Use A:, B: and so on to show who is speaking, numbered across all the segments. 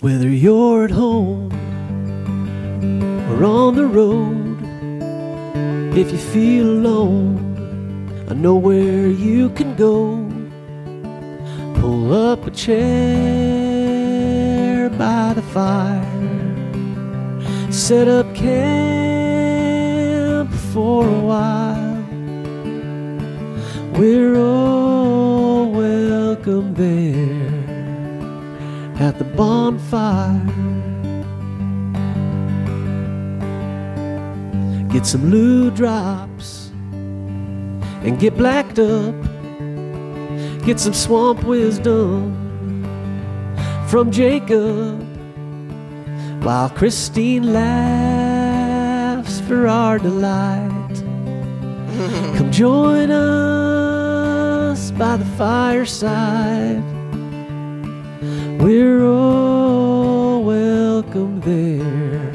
A: Whether you're at home or on the road, if you feel alone, I know where you can go. Pull up a chair by the fire, set up camp for a while. We're all welcome there at the bonfire. Get some blue drops and get blacked up. Get some swamp wisdom from Jacob while Christine laughs for our delight. Come join us by the fireside. We're all welcome there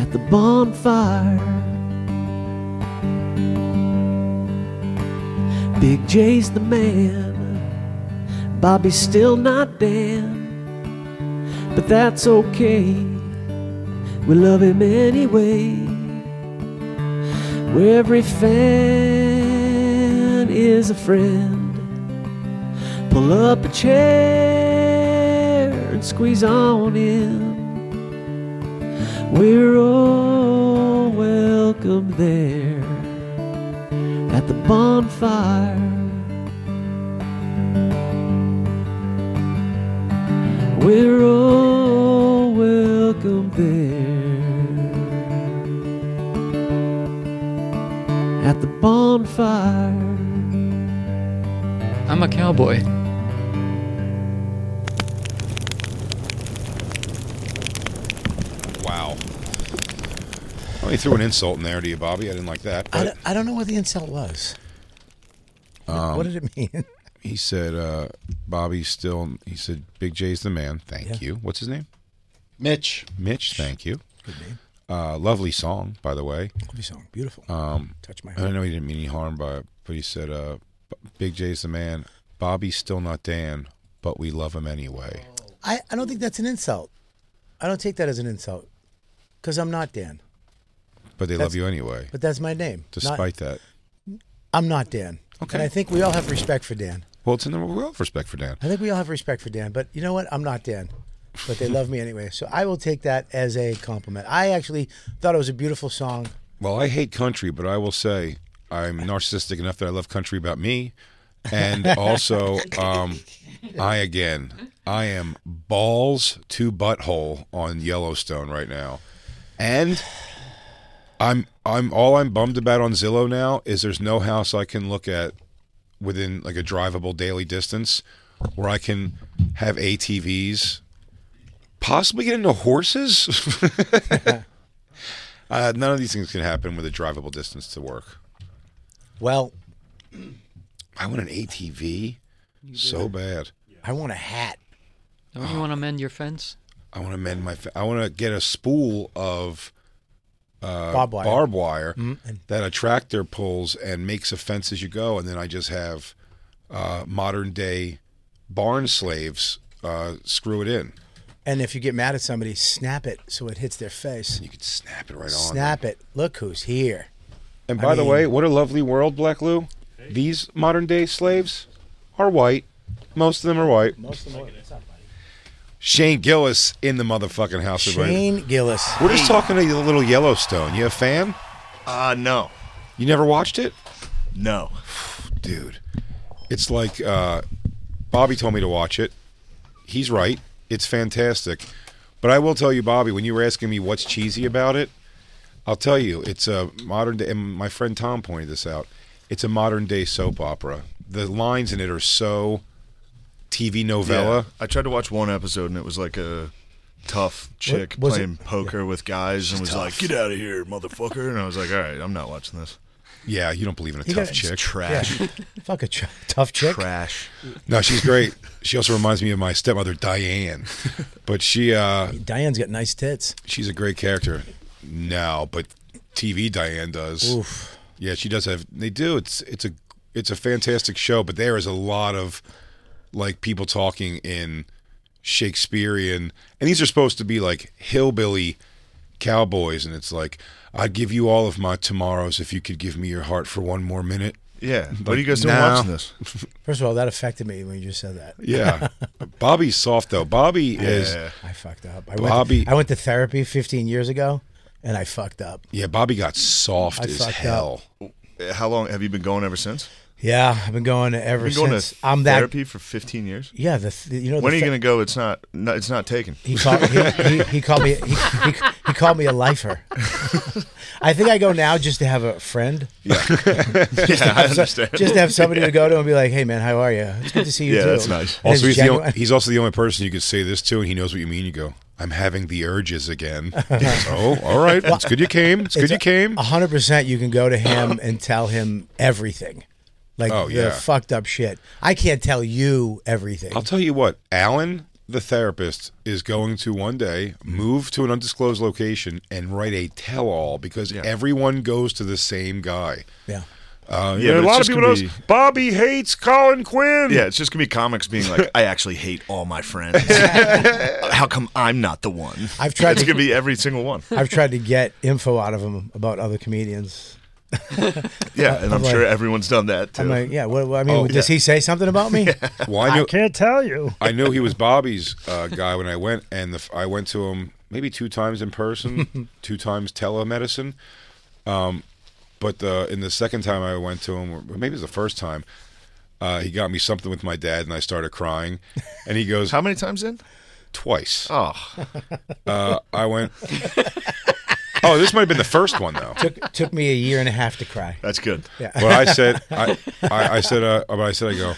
A: at the bonfire. Big J's the man, Bobby's still not Dan, but that's okay. We love him anyway. Where every fan is a friend. Pull up a chair and squeeze on in. We're all welcome there at the bonfire. We're all welcome there at the bonfire.
B: I'm a cowboy.
C: Wow. Well, he threw an insult in there to you, Bobby. I didn't like that.
D: I
C: But
D: don't, I don't know what the insult was.
C: Um,
D: what did it mean?
C: he said, uh, Bobby's still, he said, Big J's the man. Thank you. What's his name?
E: Mitch.
C: Mitch, thank you. Good name. Uh, lovely song, by the way. Um,
D: Lovely song. Beautiful. Touch my
C: I don't know he didn't mean any harm by it, but he said, uh, B- Big J's the man. Bobby's still not Dan, but we love him anyway.
D: I, I don't think that's an insult. I don't take that as an insult because I'm not Dan,
C: But they love you anyway,
D: but that's my name. Not-
C: despite that.
D: I'm not Dan.
C: Okay.
D: And I think we all have respect for Dan.
C: Well, it's in the world of respect for Dan.
D: I think we all have respect for Dan, but you know what? I'm not Dan. But they love me anyway. So I will take that as a compliment. I actually thought it was a beautiful song.
C: Well, I hate country, but I will say I'm narcissistic enough that I love country about me. And also, um, I again, I am balls to butthole on Yellowstone right now, and I'm I'm all I'm bummed about on Zillow now is there's no house I can look at within like a drivable daily distance where I can have ATVs, possibly get into horses. Uh, none of these things can happen with a drivable distance to work.
D: Well,
C: I want an ATV so bad.
D: I want a hat.
B: Don't you want to mend your fence?
C: I want to mend my. Fa- I want to get a spool of uh,
D: Barbed wire. Mm-hmm.
C: barbed wire
D: And-
C: that a tractor pulls and makes a fence as you go, and then I just have uh, modern day barn slaves uh, screw it in.
D: And if you get mad at somebody, snap it so it hits their face.
C: You can snap it right on.
D: Snap it. Look who's here.
C: And
D: I
C: by the
D: mean-
C: way, what a lovely world, Black Lou. These modern day slaves are white. Most of them are white.
D: Most of them.
C: Shane Gillis in the motherfucking house of Raven.
D: Shane Gillis.
C: We're just talking to you, little Yellowstone. You a fan? Ah,
E: Uh, no.
C: You never watched it?
E: No.
C: dude it's like uh, bobby told me to watch it he's right it's fantastic but i will tell you bobby when you were asking me what's cheesy about it i'll tell you it's a modern day and my friend tom pointed this out it's a modern day soap opera the lines in it are so tv novella
E: Yeah. I tried to watch one episode and it was like a tough chick
D: was
E: playing poker with guys and was like, "Get out of here, motherfucker!" And I was like, "All right, I'm not watching this.
C: yeah, you don't believe in a
D: got-
C: tough
D: it's
C: chick
E: Trash,
D: Fuck a ch- tough chick.
E: trash."
C: no she's great she also reminds me of my stepmother diane but she uh
D: Diane's got nice tits.
C: She's a great character now, but TV Diane does. Yeah, she does have. They do. It's it's a it's a fantastic show, but there is a lot of like people talking in Shakespearean, and these are supposed to be like hillbilly cowboys, and it's like I'd give you all of my tomorrows if you could give me your heart for one more minute.
E: Yeah. what are you guys doing
C: no.
E: watching this?
D: First of all, that affected me when you just said that.
C: Yeah, Bobby's soft though. Bobby is.
E: Yeah.
D: I fucked up. I Went
C: Bobby-
D: to, I went to therapy 15 years ago, and I fucked up.
C: Yeah, Bobby got soft
D: I
C: as
D: fucked up.
C: hell.
E: How long have you been going ever since?
D: Yeah, I've been going to ever
E: Been going
D: since.
E: to
D: I'm that.
E: therapy for 15 years.
D: Yeah, the th- you know.
E: When are
D: the
E: you
D: fe-
E: gonna go? It's not. No, it's not taken.
D: He called, he, he, he called me. He, he, he called me a lifer. I think I go now just to have a friend,
E: yeah, I understand.
D: just to have somebody to go to and be like, "Hey, man, how are you? It's good to see you
E: Yeah,
D: too."
E: that's nice.
D: And
C: Also,
D: it's
C: he's, the
D: genuine.
C: only, he's also the only person you could say this to, and he knows what you mean. You go, "I'm having the urges again." so, all right, it's good you came. It's, good
D: It's
C: you came.
D: A hundred percent. You can go to him and tell him everything, like
C: Oh,
D: the
C: yeah.
D: fucked up shit. I can't tell you everything.
C: I'll tell you what, Alan, the therapist, is going to one day move to an undisclosed location and write a tell-all because everyone goes to the same guy.
D: yeah.
C: Uh, yeah,
E: Yeah,
C: a
E: but it's
C: lot of
E: just
C: people
E: gonna
C: knows
E: be-
C: Bobby hates Colin Quinn.
E: Yeah, it's just gonna be comics being like, "I actually hate all my friends. How come I'm not the one?"
D: I've tried
E: It's
D: to-
E: gonna be every single one.
D: I've tried to get info out of him about other comedians.
E: Yeah, and I'm
D: like-
E: sure everyone's done that too.
D: I'm like, yeah. What, what- I mean,
C: Oh,
D: does he say something about me?
C: Well, I knew,
D: can't tell you.
C: I knew he was Bobby's uh, guy when I went, and the, f- I went to him maybe two times in person, two times telemedicine. Um, but uh, in the second time I went to him, or maybe it was the first time, uh, he got me something with my dad, and I started crying. And he goes,
E: How many times in?
C: twice.
E: Oh,
C: Uh, I went, oh, this might have been the first one though.
D: Took took me a year and a half to cry.
E: that's good. Yeah.
C: But I said, I, I, I said, uh, but I said, I go,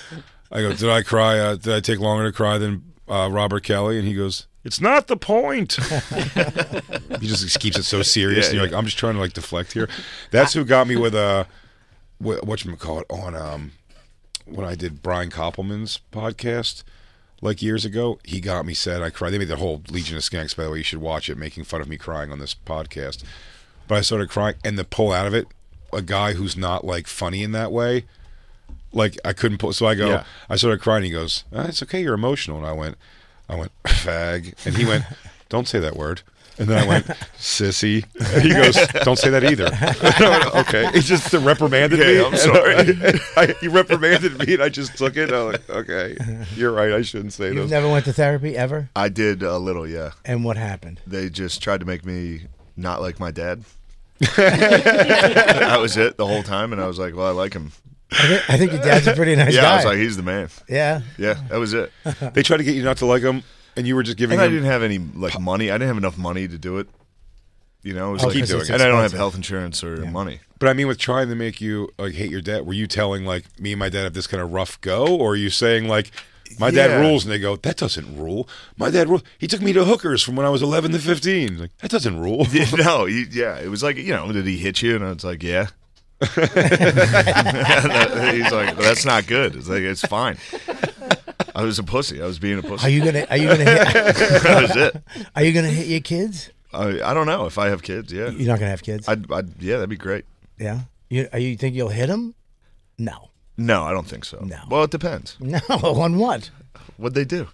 C: I go, did I cry? Uh, did I take longer to cry than uh, Robert Kelly? And he goes, it's not the point. he just keeps it so serious. and
E: Yeah,
C: you're
E: yeah.
C: like, I'm just trying to like deflect here. That's who got me with uh, what whatchamacallit call it on um, when I did Brian Koppelman's podcast. Like years ago, he got me said I cried. They made the whole Legion of Skanks, by the way. You should watch it, making fun of me crying on this podcast. But I started crying, and the pull out of it, a guy who's not like funny in that way, like I couldn't pull. So I go,
E: Yeah.
C: I started crying. He goes, "Ah, "It's okay, you're emotional." And I went, I went fag, and he went, "Don't say that word." And then I went, sissy. And he goes, don't say that either. And I went, okay. He just reprimanded me.
E: Okay, I'm
C: And
E: sorry.
C: I- I- he reprimanded me, and I just took it. And I'm like, okay, you're right. I shouldn't say
D: You've
C: those.
D: never went to therapy ever,
E: I did a little. Yeah,
D: and what happened?
E: they just tried to make me not like my dad. that was it the whole time, and I was like, "Well, I like him."
D: I think, I think your dad's a pretty nice
E: yeah,
D: guy.
E: I was like, "He's the man."
D: yeah.
E: Yeah, that was it.
C: they tried to get you not to like them, and you were just giving
E: And I didn't
C: them.
E: have any like money. I didn't have enough money to do it. You know, it was
D: Oh,
E: like,
D: Keep because doing it's
E: and I don't have
D: expensive.
E: health insurance or money.
C: But I mean, with trying to make you like hate your dad, were you telling like me and my dad have this kind of rough go, or are you saying like my
E: Yeah.
C: dad rules, and they go that doesn't rule. My dad rule. He took me to hookers from when I was 11 to 15. Like that doesn't rule.
E: Yeah, no, he, yeah, it was like you know, did he hit you? And I was like, yeah. And, uh, he's like, well, that's not good. It's like it's fine. I was a pussy. I was being a pussy.
D: Are you gonna? Are you gonna? Hit,
E: that was it.
D: are you gonna hit your kids?
E: I, I don't know if I have kids. Yeah,
D: You're not gonna have kids.
E: I'd, I'd. Yeah, that'd be great.
D: yeah. You, are you think you'll hit them? No.
E: No, I don't think so.
D: No.
E: Well, it depends.
D: No. On what?
E: What'd they do?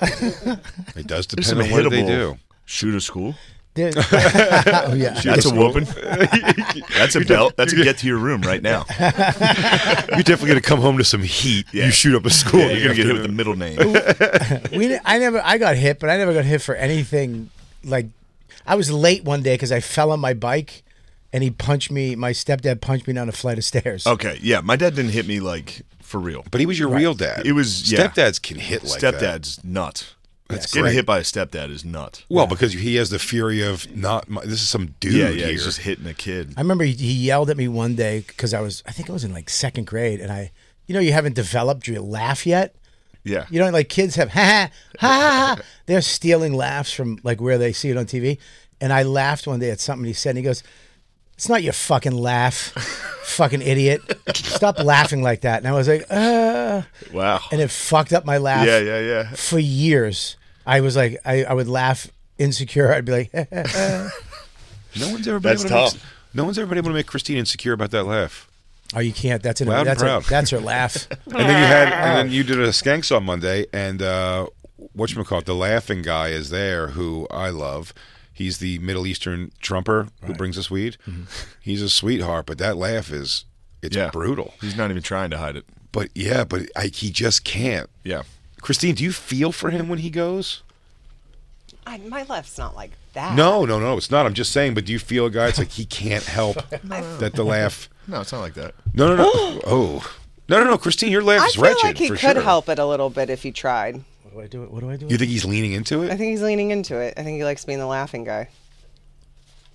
C: It does
E: There's
C: depend on what they do.
E: Shoot a school.
D: There- oh, yeah.
E: That's a whooping. That's a belt. That's a get to your room right now.
C: You're definitely going to come home to some heat.
E: Yeah.
C: You shoot up a school.
E: Yeah, you're gonna get hit with the middle name.
D: We, I never, I got hit, but I never got hit for anything. Like, I was late one day because I fell on my bike, and he punched me. My stepdad punched me down a flight of stairs.
E: Okay. Yeah, my dad didn't hit me like for real.
C: But he was your real dad.
E: It was- yeah.
C: stepdads can hit like that.
E: Stepdad's nut.
C: That's
E: Getting
C: great.
E: hit by a stepdad is nut.
C: Well, because he has the fury of not. My, this is some dude
E: yeah, yeah.
C: here.
E: He's just hitting a kid.
D: I remember he, he yelled at me one day because I was, I think I was in like second grade, and I, you know, you haven't developed your laugh yet.
E: Yeah.
D: You know, like kids have ha ha ha. ha. They're stealing laughs from like where they see it on TV. And I laughed one day at something he said. And he goes, "It's not your fucking laugh, fucking idiot. Stop laughing like that." And I was like, "Uh,"
E: Wow.
D: and it fucked up my laugh.
E: Yeah, yeah, yeah.
D: For years, I was like, I, I would laugh insecure. I'd be like,
C: no one's ever been
E: That's
C: able to make-
E: tough.
C: no one's ever been able to make Christine insecure about that laugh.
D: "Oh, you can't. That's it.
C: Loud and
D: That's her,
C: proud.
D: that's her laugh."
C: And then you had, and then you did a skanks on Monday, and uh, what you call it, the laughing guy is there, who I love. He's the Middle Eastern trumper who brings us weed.
D: Mm-hmm.
C: He's a sweetheart, but that laugh is it's
E: Yeah.
C: brutal.
E: He's not even trying to hide it.
C: But yeah, but I, he just can't.
E: Yeah.
C: Christine, do you feel for him when he goes?
F: I, my laugh's not like that.
C: No, no, no, it's not. I'm just saying. But do you feel a guy? It's like he can't help that the laugh.
E: No, it's not like that.
C: No, no, no. oh, no, no, no, Christine, your laugh
F: I
C: is
F: feel
C: wretched.
F: like he
C: for
F: could
C: sure.
F: help it a little bit if he tried.
D: what do I do? What do I do?
C: You think he's leaning into
F: I
C: it?
F: think he's leaning into it. I think he likes being the laughing guy.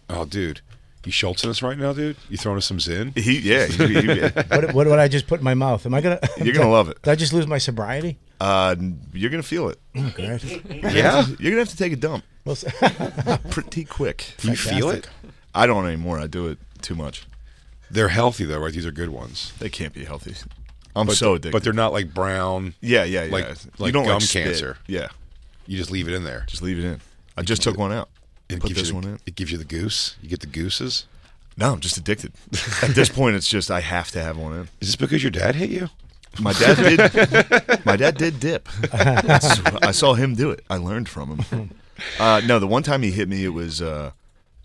C: Oh, dude, you Schultzing us right now, dude. You throwing us some zin?
E: He, yeah. he- he- he-
D: What, what did I just put in my mouth? Am I gonna?
E: you're gonna love it.
D: Did I just lose my sobriety?
E: Uh, you're gonna feel it.
D: Great.
C: Yeah.
E: You're gonna have to take a dump
D: Oh, Well, s-
E: pretty quick.
C: Do you feel it?
E: I don't anymore. I do it too much.
C: They're healthy though, right? These are good ones.
E: They can't be healthy. I'm
C: But,
E: so addicted.
C: But they're not like brown.
E: yeah, yeah, yeah.
C: like-
E: You
C: like
E: don't
C: gum
E: spit.
C: cancer.
E: Yeah,
C: You just leave it in there.
E: just leave it in. I just took one out.
C: It
E: Put
C: gives
E: this
C: you
E: one
C: the,
E: in.
C: It gives you the goose. You get the gooses.
E: No, I'm just addicted. At this point, it's just I have to have one in.
C: Is this because your dad hit you?
E: My dad did. my dad did dip. That's- I saw him do it. I learned from him. Uh, no, the one time he hit me, it was uh,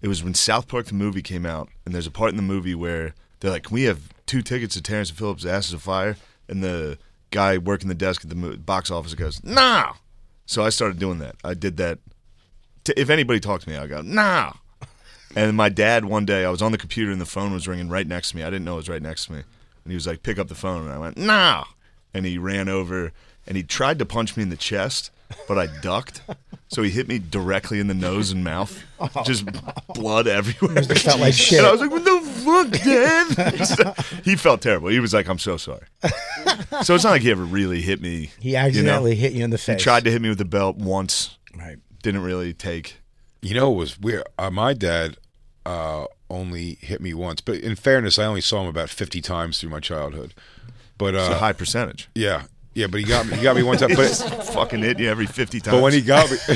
E: it was when South Park the movie came out, and there's a part in the movie where they're like, "Can we have two tickets to Terrence and Phillips' Asses of Fire?" And the guy working the desk at the mo- box office goes, "Nah." So I started doing that. I did that. T- if anybody talked to me, I go, "Nah." And my dad one day, I was on the computer and the phone was ringing right next to me. I didn't know it was right next to me. And he was like, pick up the phone. And I went, nah. And he ran over and he tried to punch me in the chest, but I ducked. So he hit me directly in the nose and mouth.
D: Oh,
E: Just blood everywhere.
D: it felt like shit.
E: And I was like, what the fuck, Dad? he felt terrible. He was like, I'm so sorry. So it's not like he ever really hit me.
D: He accidentally
E: you know?
D: hit you in the
E: He
D: face.
E: tried to hit me with the belt once.
D: Right.
E: Didn't really take.
C: You know, it was weird. Uh, my dad uh, only hit me once, but in fairness, I only saw him about fifty times through my childhood. But
E: It's a
C: uh,
E: high percentage.
C: yeah, yeah, but he got me. He got me one time. But,
E: Fucking hit you every 50 times.
C: but when he got me,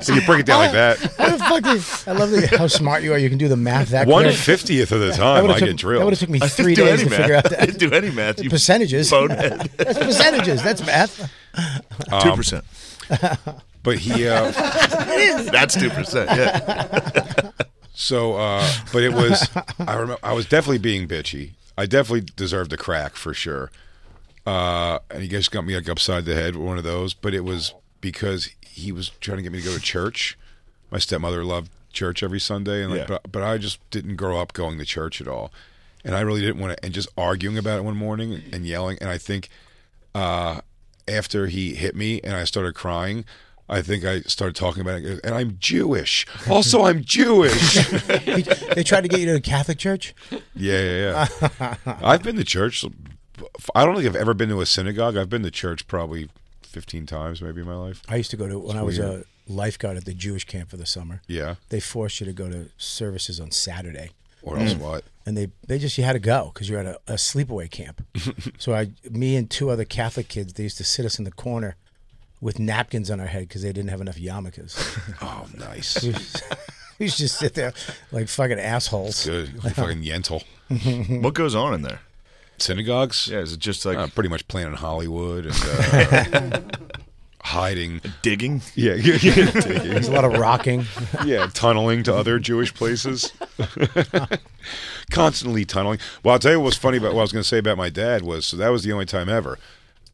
C: So you break it down like that.
D: How the fuck did- I love the, how smart you are. You can do the math that
C: One
D: quick.
C: fiftieth of the
D: That
C: time,
D: would've
C: I
D: took-
C: get
D: That
C: drilled.
D: would have took me
E: I didn't
D: three
E: do
D: days
E: any
D: to
E: math.
D: figure out
E: I
D: that.
E: didn't do any math. You
D: Percentages.
E: bonehead.
D: That's percentages. That's math.
E: Two percent.
C: Um, But he, uh,
E: That's two percent. Yeah.
C: So, uh, but it was. I remember. I was definitely being bitchy. I definitely deserved a crack for sure. Uh, and he just got me like upside the head with one of those. But it was because he was trying to get me to go to church. My stepmother loved church every Sunday, and like,
E: Yeah.
C: but, but I just didn't grow up going to church at all. And I really didn't want to. And just arguing about it one morning and yelling. And I think uh, after he hit me and I started crying, I think I started talking about it. And I'm Jewish.
D: Oh.
C: Also, I'm Jewish.
D: They tried to get you to a Catholic church.
C: Yeah, yeah, yeah. I've been to church. I don't think I've ever been to a synagogue. I've been to church probably 15 times maybe in my life.
D: I used to go to when I was a lifeguard at the Jewish camp for the summer.
C: Yeah.
D: They forced you to go to services on Saturday. Mm.
C: or else what?
D: and they they just you had to go because you're at a, a sleepaway camp. so I, me and two other Catholic kids, they used to sit us in the corner with napkins on our head because they didn't have enough yarmulkes.
C: Oh, nice.
D: we used to just sit there like fucking assholes.
C: Good. Fucking Yentl.
E: What goes on in there?
C: Synagogues?
E: Yeah, is it just like
C: Uh, pretty much playing in Hollywood and uh, hiding.
E: digging?
C: Yeah, yeah, yeah,
D: There's a lot of rocking.
C: yeah, tunneling to other Jewish places. Constantly tunneling. Well, I'll tell you what was funny about what I was going to say about my dad was so that was the only time ever.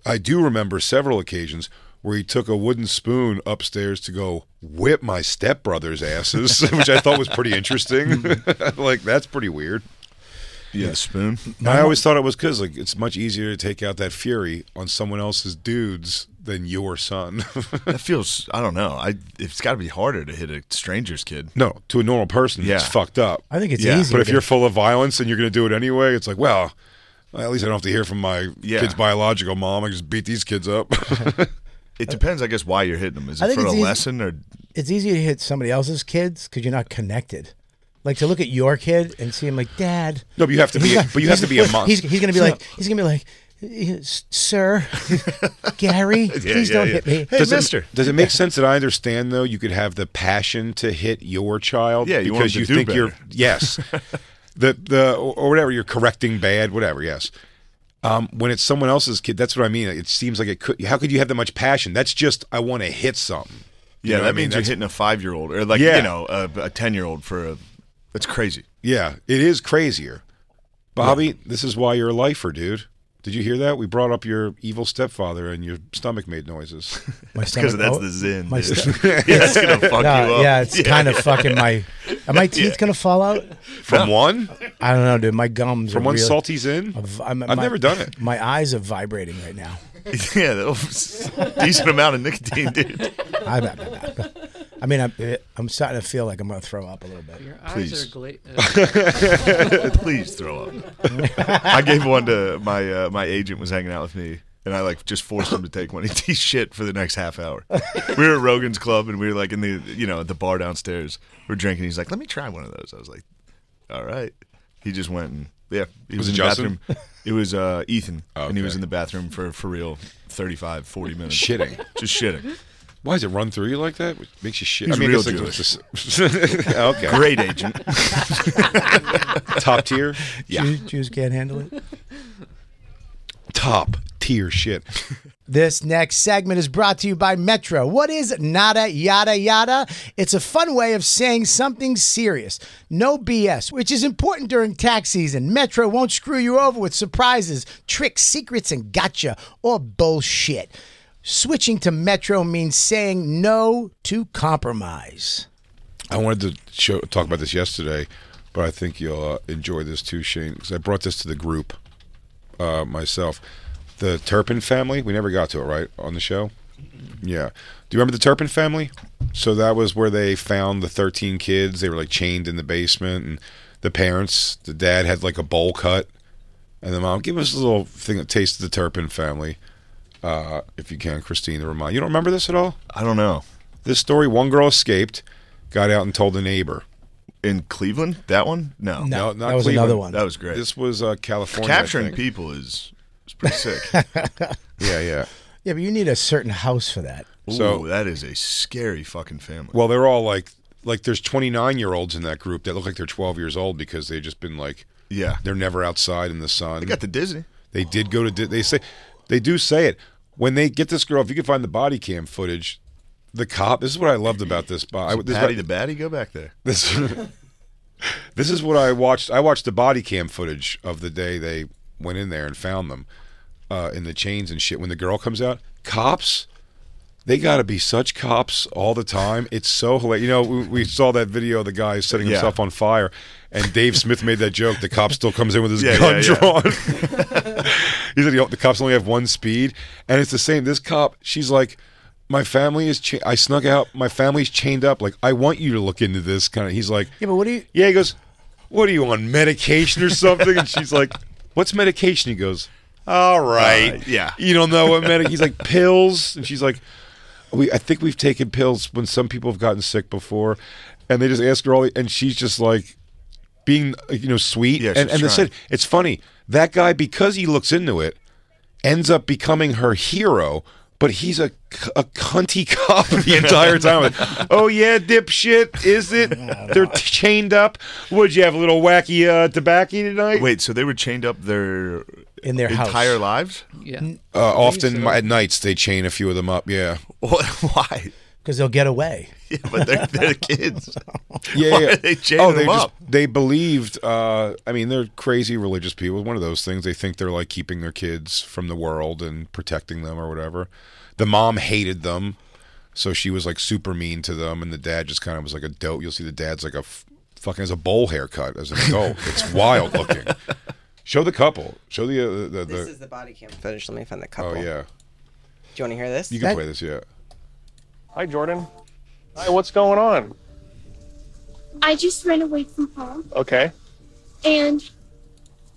C: I do remember several occasions where he took a wooden spoon upstairs to go whip my stepbrother's asses, which I thought was pretty interesting. like, that's pretty weird.
E: Mm-hmm. Yeah, the spoon.
C: I always thought it was because like it's much easier to take out that fury on someone else's dudes than your son.
E: That feels. I don't know. I. It's got to be harder to hit a stranger's kid.
C: no, to a normal person,
E: Yeah.
C: it's fucked up.
D: I think it's
E: Yeah,
D: easy.
C: but if you're full of violence and you're going to do it anyway, it's like, well, at least I don't have to hear from my
E: Yeah.
C: kid's biological mom. I can just beat these kids up.
E: It depends, I guess, why you're hitting them. Is
D: I
E: it
D: think
E: for a
D: it's easy-
E: lesson or?
D: it's easy to hit somebody else's kids because you're not connected. Like to look at your kid and see him like, Dad.
C: no, but you have to be. But you have to be a monster.
D: He's, he's gonna be like, he's gonna be like, Sir, Gary, please
E: yeah,
D: don't
E: yeah.
D: hit me.
E: Hey,
C: does
E: mister.
C: It, does it make sense that I understand though? You could have the passion to hit your child,
E: Yeah, you want
C: because
E: them
C: you
E: to do
C: think you're
E: better.
C: yes, the the or whatever you're correcting bad, whatever. Yes, um, when it's someone else's kid, that's what I mean. It seems like it could. How could you have that much passion? That's just I want to hit something. You
E: Yeah,
C: know what
E: that
C: I mean?
E: means you're
C: That's-
E: hitting a five year old or like
C: Yeah.
E: you know a, a ten year old for a. That's crazy.
C: Yeah, it is crazier. Bobby, this is why you're a lifer, dude. Did you hear that? We brought up your evil stepfather, and your stomach made noises.
D: My
E: Because
D: stomach-
E: that's
D: oh,
E: the zin.
D: My
E: dude.
D: sto-
E: yeah, it's gonna fuck you
D: No,
E: up.
D: yeah, it's kind of fucking my. Are my teeth gonna fall out?
C: From one,
D: I don't know, dude. My gums
C: from
D: are
C: one
D: really,
C: salty's in.
D: I've- I'm-
C: I've
D: my-
C: never done it.
D: My eyes are vibrating right now.
E: yeah, that'll, decent amount of nicotine, dude.
D: I'm, I'm, I'm, I mean, I'm, eh, I'm starting to feel like I'm gonna throw up a little bit.
B: Your eyes
E: Please.
B: are uh, gla- uh,
E: Please throw up. I gave one to my uh, my agent was hanging out with me, and I like just forced him to take one. He shit for the next half hour. We were at Rogan's Club, and we were like in the you know at the bar downstairs. We're drinking. He's like, "Let me try one of those." I was like, "All right." He just went and yeah, he
C: Was
E: was,
C: it
E: in the
C: Justin? Oh,
E: bathroom. It was uh, Ethan, and he
C: okay.
E: was in the bathroom for for real 35, 40 minutes
C: Shitting.
E: just shitting.
C: Why does it run through you like that? It makes you shit.
E: He's
C: I mean,
E: real
C: it's like-
E: Jewish.
C: okay,
E: Great agent.
C: top tier,
D: Jews, Jews can't handle it.
C: top tier shit.
D: This next segment is brought to you by Metro. What is nada yada yada? It's a fun way of saying something serious. No BS, which is important during tax season. Metro won't screw you over with surprises, tricks, secrets, and gotcha or bullshit. Switching to Metro means saying no to compromise.
C: I wanted to show, talk about this yesterday, but I think you'll uh, enjoy this too, Shane, because I brought this to the group uh, myself. The Turpin family, we never got to it, right, on the show? Yeah. Do you remember the Turpin family? So that was where they found the 13 kids. They were like chained in the basement, and the parents, the dad had like a bowl cut, and the mom, give us a little thing that tastes of the Turpin family, uh, if you can, Christine, to remind you. don't remember this at all?
E: I don't know.
C: This story one girl escaped, got out, and told a neighbor.
E: In Cleveland, that one? No.
C: No, not
D: that was
C: Cleveland.
D: another one.
E: That was great.
C: This was uh, California. I
E: Capturing
C: think.
E: people is, is pretty sick.
C: Yeah, yeah.
D: yeah, but you need a certain house for that.
C: So-
E: so that is a scary fucking family.
C: Well, they're all like, like there's 29 year olds in that group that look like they're 12 years old because they've just been like,
E: yeah,
C: they're never outside in the sun.
E: they got the Disney.
C: They did go to. Di- They say, they do say it when they get this girl. If you can find the body cam footage, the cop. This is what I loved about this. bo- I, this is
E: Patty
C: what-
E: the Batty, go back there.
C: This, this is what I watched. I watched the body cam footage of the day they went in there and found them uh, in the chains and shit. When the girl comes out, cops, they got to be such cops all the time. It's so hilarious. You know, we, we saw that video of the guy setting
E: Yeah.
C: himself on fire, and Dave Smith made that joke. The cop still comes in with his
E: Yeah,
C: gun
E: yeah, yeah.
C: drawn. he said, "Yo, the cops only have one speed, and it's the same. This cop, she's like, my family is. Cha- I snuck out. My family's chained up. Like, I want you to look into this kind of. He's like,
D: Yeah, but what do you?
C: yeah. He goes, what are you on medication or something? and she's like, what's medication? He goes, all right,
E: Alright, yeah.
C: You don't know what medic. He's like pills, and she's like, we. I think we've taken pills when some people have gotten sick before, and they just ask her all. The- and she's just like. being uh, you know sweet
E: Yeah, she
C: and,
E: was
C: and the
E: trying.
C: city. It's funny that guy because he looks into it, ends up becoming her hero. But he's a, c- a cunty cop the entire time. Like, oh yeah, dipshit, is it? They're t- chained up. Would you have a little wacky uh, tobacco tonight?
E: Wait, so they were chained up their
D: In their house.
E: entire lives?
B: Yeah.
C: Uh, often at nights they chain a few of them up. Yeah,
E: What, why?
D: because they'll get away.
E: Yeah, but they're, they're kids.
C: yeah.
E: Why
C: yeah.
E: are they chaining
C: oh, they
E: them
C: just
E: up?
C: they believed. Uh, I mean, they're crazy religious people. One of those things. They think they're like keeping their kids from the world and protecting them or whatever. The mom hated them, so she was like super mean to them, and the dad just kind of was like a dope. You'll see the dad's like a f- fucking has a bowl haircut as an adult. it's wild looking. Show the couple. Show the uh, the. the,
F: This
C: the
F: is the body cam footage. Let me find the couple.
C: oh yeah,
F: Do you want to hear this?
C: you can
D: That-
C: play this. Yeah.
G: Hi, Jordan. Hi, what's going on?
H: I just ran away from home
G: Okay,
H: and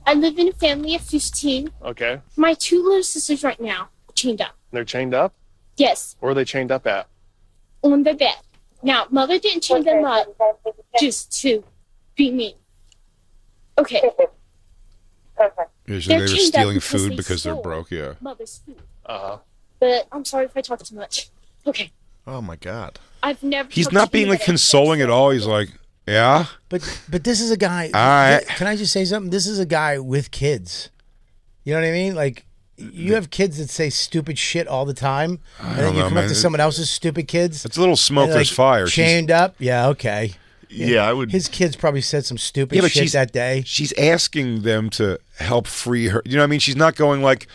H: I live in a family of 15.
G: okay.
H: My two little sisters right now are chained up.
G: They're chained up?
H: Yes,
G: Where are they chained up at?
H: on the bed. Now, mother didn't chain them up just to be mean. Okay,
C: Yeah, so
H: They're
C: they were
H: chained up
C: stealing
H: because
C: food
H: they
C: because they're
H: stole.
C: broke. Yeah.
H: mother's food.
G: Uh huh.
H: But I'm sorry if I talk too much. Okay,
E: Oh my god.
H: I've never.
C: He's
H: talked
C: not
H: to
C: being like
H: anybody.
C: consoling at all. He's like, yeah.
D: But but this is a guy.
C: right.
D: Can I just say something? This is a guy with kids. You know what I mean? Like you have kids that say stupid shit all the time, and then
C: don't
D: you
C: know,
D: come up
C: man.
D: to someone else's stupid kids.
C: It's a little smoke.
D: and they're,
C: There's
D: like,
C: fire. She's-
D: Chained up. Yeah. Okay.
E: Yeah, I would.
D: His kids probably said some stupid
C: Yeah, but
D: shit
C: she's-
D: that day.
C: she's asking them to help free her. You know what I mean? She's not going like,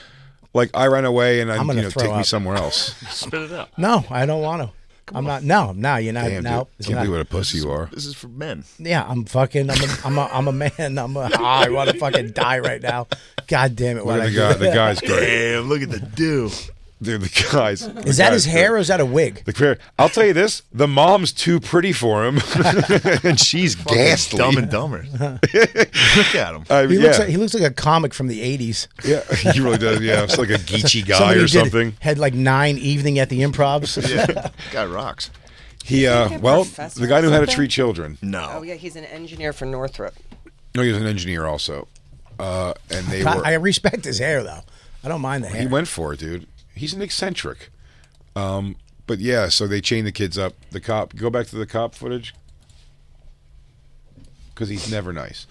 C: like I ran away and I,
D: I'm
C: am
D: gonna
C: you know,
D: throw
C: take me
D: up.
C: somewhere else.
E: spit it out.
D: No, I don't want to. I'm not. No, no, you're not.
C: Damn,
D: no,
C: dude,
D: it's
C: can't
D: not.
C: believe what a pussy you are.
E: This is for men.
D: Yeah, I'm fucking. I'm a. I'm a, I'm a man. I'm a. I want to fucking die right now. God damn it!
C: Look
D: why'd
C: at
D: I
C: the
D: do
C: guy.
D: that?
C: The guy's great.
E: Damn, look at the do.
C: Dude, the guys. the
D: Is that
C: guy's
D: his hair or
C: great.
D: is that a wig?
C: The career. I'll tell you this: the mom's too pretty for him, and she's ghastly.
E: Dumb and dumber. look at him.
C: Uh,
D: He
C: yeah,
D: looks. Like, he looks like a comic from the '80s.
C: yeah, he really does. Yeah, it's like a geeky guy
D: Somebody
C: or
D: did-
C: something.
D: Had like nine evening at the Improvs.
E: Yeah, guy rocks.
C: He, uh,
F: like a
C: well,
F: professor
C: the guy
F: or
C: knew how to
F: something?
C: treat children.
E: No.
F: Oh yeah, he's an engineer for Northrop.
C: No, he was an engineer also, uh, and they
D: I,
C: were.
D: I respect his hair though. I don't mind the hair.
C: He went for it, dude. He's an eccentric. Um, but yeah, so they chain the kids up. The cop. Go back to the cop footage. Because he's never nice.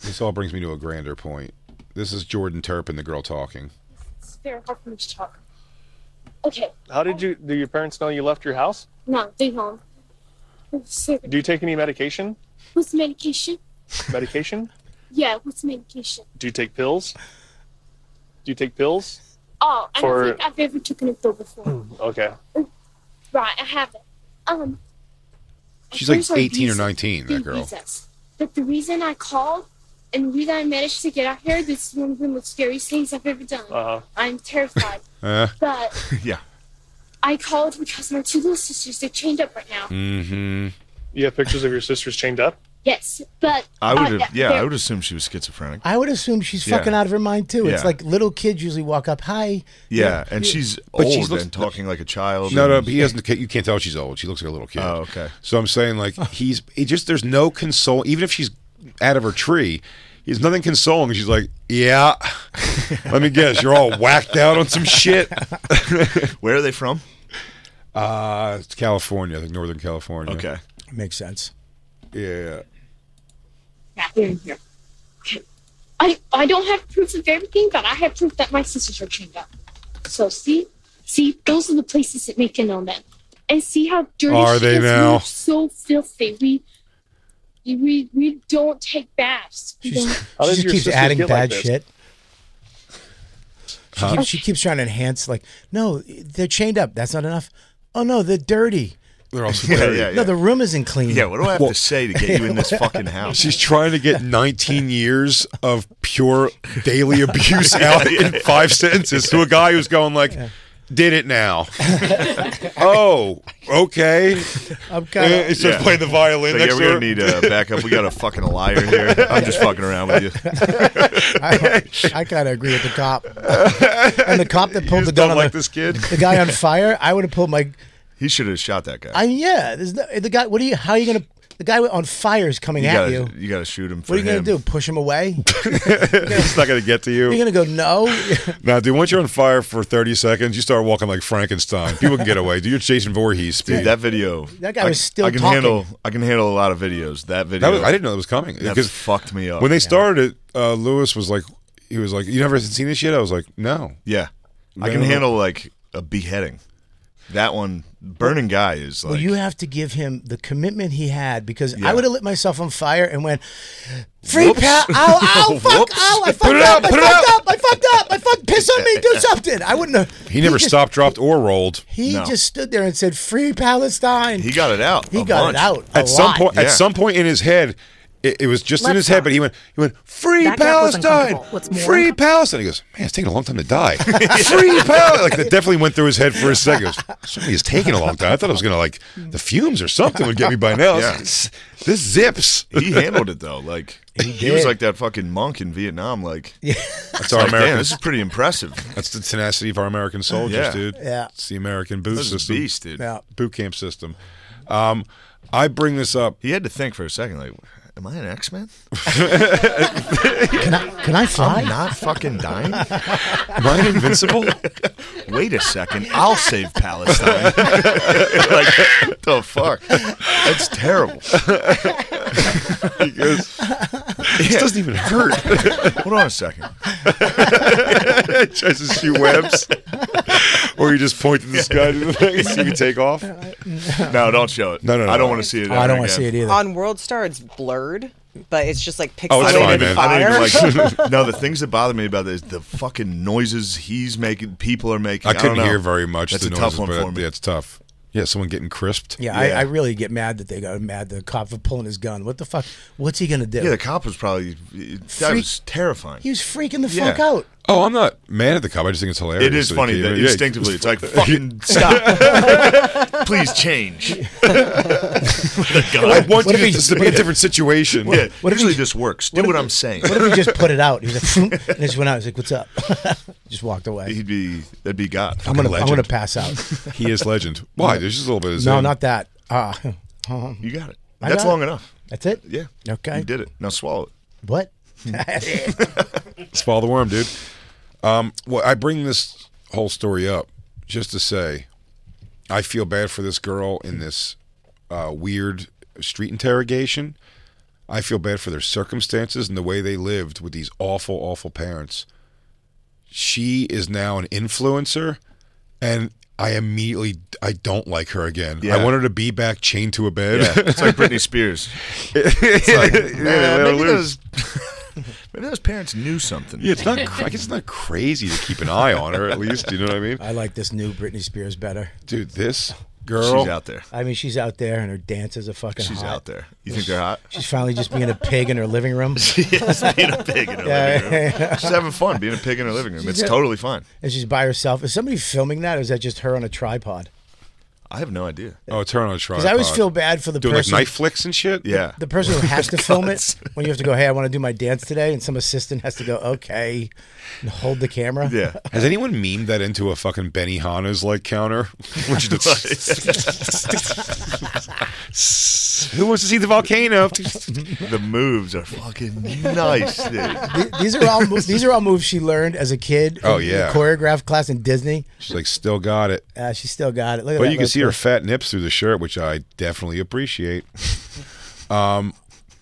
C: This all brings me to a grander point. This is Jordan Turpin, the girl talking.
H: It's very hard for me to talk. Okay,
G: How did you, do your parents know you left your house?
H: no, they home. So,
G: Do you take any medication?
H: what's medication?
G: Medication?
H: Yeah, what's medication?
G: Do you take pills? Do you take pills?
H: Oh, I
G: For-
H: don't think I've ever taken a pill before.
C: Hmm.
G: Okay.
H: Right, I haven't. Um,
C: She's like
H: there's a
C: 18 or
H: reason-
C: 19, that
H: big
C: girl.
H: reasons. But the reason I called and the reason I managed to get out here, this is one of the most scariest things I've ever done.
E: Uh.
G: Uh-huh.
H: I'm terrified.
C: Uh,
H: but
E: Yeah.
H: I called because my two little sisters, they're chained up right now.
C: mm-hmm.
G: You have pictures of your sisters chained up?
H: Yes, but.
E: I would
H: uh,
E: have. Yeah, I
H: they're-
E: would assume she was schizophrenic.
D: I would assume she's
E: Yeah.
D: fucking out of her mind too. It's
E: Yeah.
D: like little kids usually walk up, "Hi."
E: Yeah, and she's
C: But
E: old
C: she's looks-
E: and talking like a child.
C: No, no,
E: and-
C: he doesn't. You can't tell she's old. She looks like a little kid.
E: Oh, okay.
C: So I'm saying, like, he's it just there's no console. Even if she's out of her tree, he's nothing consoling. She's like, yeah. Let me guess, you're all whacked out on some shit.
E: Where are they from?
C: Uh, it's California, I think Northern California.
E: Okay.
D: Makes sense.
C: Yeah.
H: Yeah, they're in here. Okay. I, I don't have proof of everything, but I have proof that my sisters are chained up. So see, see, those are the places that make it on them. And see how dirty
C: Are
H: she
C: they
H: is. We
C: now?
H: are so filthy. We, we, we don't take baths. We
D: She's,
H: don't-
G: How
D: she
G: did
D: just
G: your
D: keeps
G: sisters
D: adding
G: get
D: bad
G: like this?
D: shit. She, keeps, she keeps trying to enhance. Like, no, they're chained up. That's not enough. Oh no, they're dirty.
C: They're all
E: Yeah,
C: dirty.
E: yeah, yeah.
D: No, the room isn't clean.
E: yeah, what do I have
C: Well-
E: to say to get you in this fucking house?
C: She's trying to get 19 years of pure daily abuse out in five sentences to a guy who's going like, "Did it now? oh, okay."
D: I'm
C: And
D: kind
C: he
D: of.
C: starts
E: Yeah.
C: playing the violin
E: Like,
C: next
E: yeah, we're
C: to
E: gonna
C: her.
E: need a backup. We got a fucking liar here. I'm just fucking around with you.
D: I, I kind of agree with the cop. and the cop that
C: You
D: pulled the
C: just
D: gun
C: don't
D: on
C: like
D: the,
C: this kid.
D: the guy on fire. I would have pulled my.
E: He should have shot that guy.
D: I mean, yeah. There's no, the guy. What are you? How are you gonna? The guy on fire is coming
E: You
D: at
E: gotta,
D: you.
E: you gotta shoot him for
D: What are you
E: him.
D: gonna do? Push him away?
C: it's not going to get to you.
D: You're gonna go no.
C: Now, dude, once you're on fire for 30 seconds, you start walking like Frankenstein. People can get away. Do your Jason Voorhees speed.
E: Dude, that video.
D: That guy
E: I-
D: was still
E: I can
D: talking.
E: handle. I can handle a lot of videos. That video.
C: That was- I didn't know that was coming.
E: That
C: Because
E: fucked me up.
C: When they started it, uh, Lewis was like, he was like, you never seen this yet? I was like, no.
E: yeah, I
C: No.
E: can handle like a beheading. That one, burning guy is like.
D: well, you have to give him the commitment he had because I
E: Yeah.
D: would have lit myself on fire and went, free
E: Whoops.
D: pal, ow, ow, fuck,
E: Whoops.
D: ow, I
E: Put
D: fucked
E: it
D: up,
E: out,
D: I
E: put it
D: fucked
E: out.
D: up, I fucked up, I fucked, piss on me, do something. I wouldn't have.
C: He never
D: just-
C: stopped, dropped, or rolled.
D: He
E: No.
D: just stood there and said, free Palestine.
E: he got it out.
D: He
E: a
D: got
E: bunch.
D: it out a
C: at some
D: lot.
C: point,
E: Yeah.
C: at some point in his head, it, it was just in
I: Left
C: his head. But he went, he went, free
I: That gap was
C: Palestine,
I: uncomfortable. What's more
C: free
I: uncom-
C: Palestine. He goes, man, it's taking a long time to die. free Palestine. Like that definitely went through his head for a second. He goes, Something is taking a long time. I thought it was gonna like the fumes or something would get me by now.
E: Yeah.
C: This- This zips.
E: He handled it though. Like he, was
D: did.
E: like that fucking monk in Vietnam. Like
C: That's
E: it's
C: our
E: like,
C: American.
E: "Damn, this is pretty impressive.
C: that's the tenacity of our American soldiers,
E: Yeah.
C: dude.
D: Yeah.
C: It's the American boot
E: This is a
C: system,
E: beast, dude.
D: Yeah.
C: boot camp system. Um, I bring this up.
E: He had to think for a second. Like, am I an X Man?
D: Can I, can I fly?
E: I'm not fucking dying.
C: Am I invincible?
E: Wait a second. I'll save Palestine. like what the fuck. That's terrible.
C: he goes, this
E: Yeah.
C: doesn't even hurt.
E: Hold on a second.
C: tries to shoot webs, or you just point to the sky to the thing and see me take off.
E: No, don't show it.
C: No, no, no.
E: I don't want to see it.
D: Oh, I don't
E: want
D: want to see it either.
F: On World Star, it's blurred, but it's just like pixelated
C: Oh, it's fine,
F: and
C: man.
E: I
F: fire.
E: don't even like. no, the things that bother me about this, the fucking noises he's making, people are making.
C: I couldn't
E: don't know.
C: hear very much.
E: That's
C: the
E: a
C: noises,
E: tough one
C: but
E: for me.
C: Yeah, it's tough. Yeah, someone getting crisped.
D: yeah, I,
E: Yeah.
D: I really get mad that they got mad the cop for pulling his gun. What the fuck? What's he gonna do?
E: Yeah, the cop was probably that
D: Freak-
E: was terrifying.
D: he was freaking the
E: Yeah.
D: fuck out.
C: Oh, I'm not mad at the cop. I just think it's hilarious.
E: It is
C: that he
E: funny
C: came
E: that
C: in- yeah,
E: instinctively it's like fucking stop. Please change. With a gun.
C: I want
D: What
C: you
D: if
C: to,
D: he's-
C: to be a different situation.
E: Yeah,
D: what if
E: usually
D: he-
E: this works. Do what, I'm saying.
D: What if he just put it out? He was like, and just went out. He's like, what's up? just walked away.
E: He'd be that'd be God.
D: I'm gonna, I'm
C: legend.
D: gonna pass out.
C: he is legend. Why? There's just a little bit of
D: No,
C: zen.
D: not that. Ah, uh,
E: You got it.
D: I
E: That's
D: got
E: long
D: it.
E: enough.
D: that's it.
E: Yeah.
D: Okay.
E: You did it. Now swallow it.
D: What?
C: Swallow the worm, dude. Um, well, I bring this whole story up just to say I feel bad for this girl in this uh, weird street interrogation. I feel bad for their circumstances and the way they lived with these awful, awful parents. She is now an influencer, and I immediately I don't like her again.
E: Yeah.
C: I want her to be back chained to a bed.
E: Yeah. It's like Britney Spears. It's like, "Nah, maybe, those, maybe those parents knew something.
C: Yeah, it's not. cra- I guess it's not crazy to keep an eye on her. At least you know what I mean,
D: I like this new Britney Spears better.
C: dude. This
E: She's
C: girl,
E: out there.
D: I mean, she's out there and her dances are fucking.
E: She's
D: hot.
E: out there. You think they're hot?
D: She's finally just being a pig in her living room,
E: Yes, being a pig in her
D: Yeah,
E: living room. She's having fun being a pig in her living room. It's
D: a-
E: totally fine.
D: and she's by herself. Is somebody filming that, or is that just her on a tripod?
E: I have no idea.
C: Oh, turn on a tripod.
D: Because I always feel bad for the
C: doing
D: person,
C: like knife flicks and shit.
E: Yeah.
D: the person who has to film it. When you have to go, hey, I want to do my dance today, and some assistant has to go, okay, and hold the camera.
E: Yeah.
C: Has anyone memed that into a fucking Benny Hanna's like counter? Which is- Who wants to see the volcano?
E: The moves are fucking nice, dude.
D: Th- These are all mo- these are all moves she learned as a kid.
C: Oh,
D: in the
C: yeah.
D: choreograph class in Disney.
C: She's like, still got it.
D: Uh, she still got it. Look at
C: But
D: that
C: you can
D: little
C: see her fat nips through the shirt, which I definitely appreciate. Um,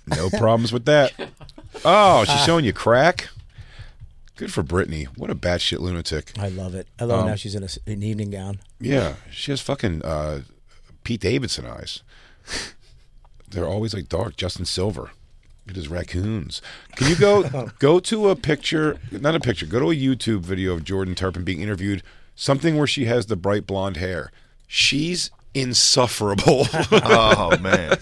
C: no problems with that. Oh,
D: Ah.
C: she's showing you crack. Good for Brittany. What a batshit lunatic. Um,
D: I love it. I love
E: um,
D: it now she's in a s an evening gown.
C: Yeah, she has fucking uh, Pete Davidson eyes. They're always like dark. Justin Silver, it is raccoons. Can you go go to a picture? Not a picture. Go to a YouTube video of Jordan Turpin being interviewed. Something where she has the bright blonde hair. She's insufferable.
E: Oh man.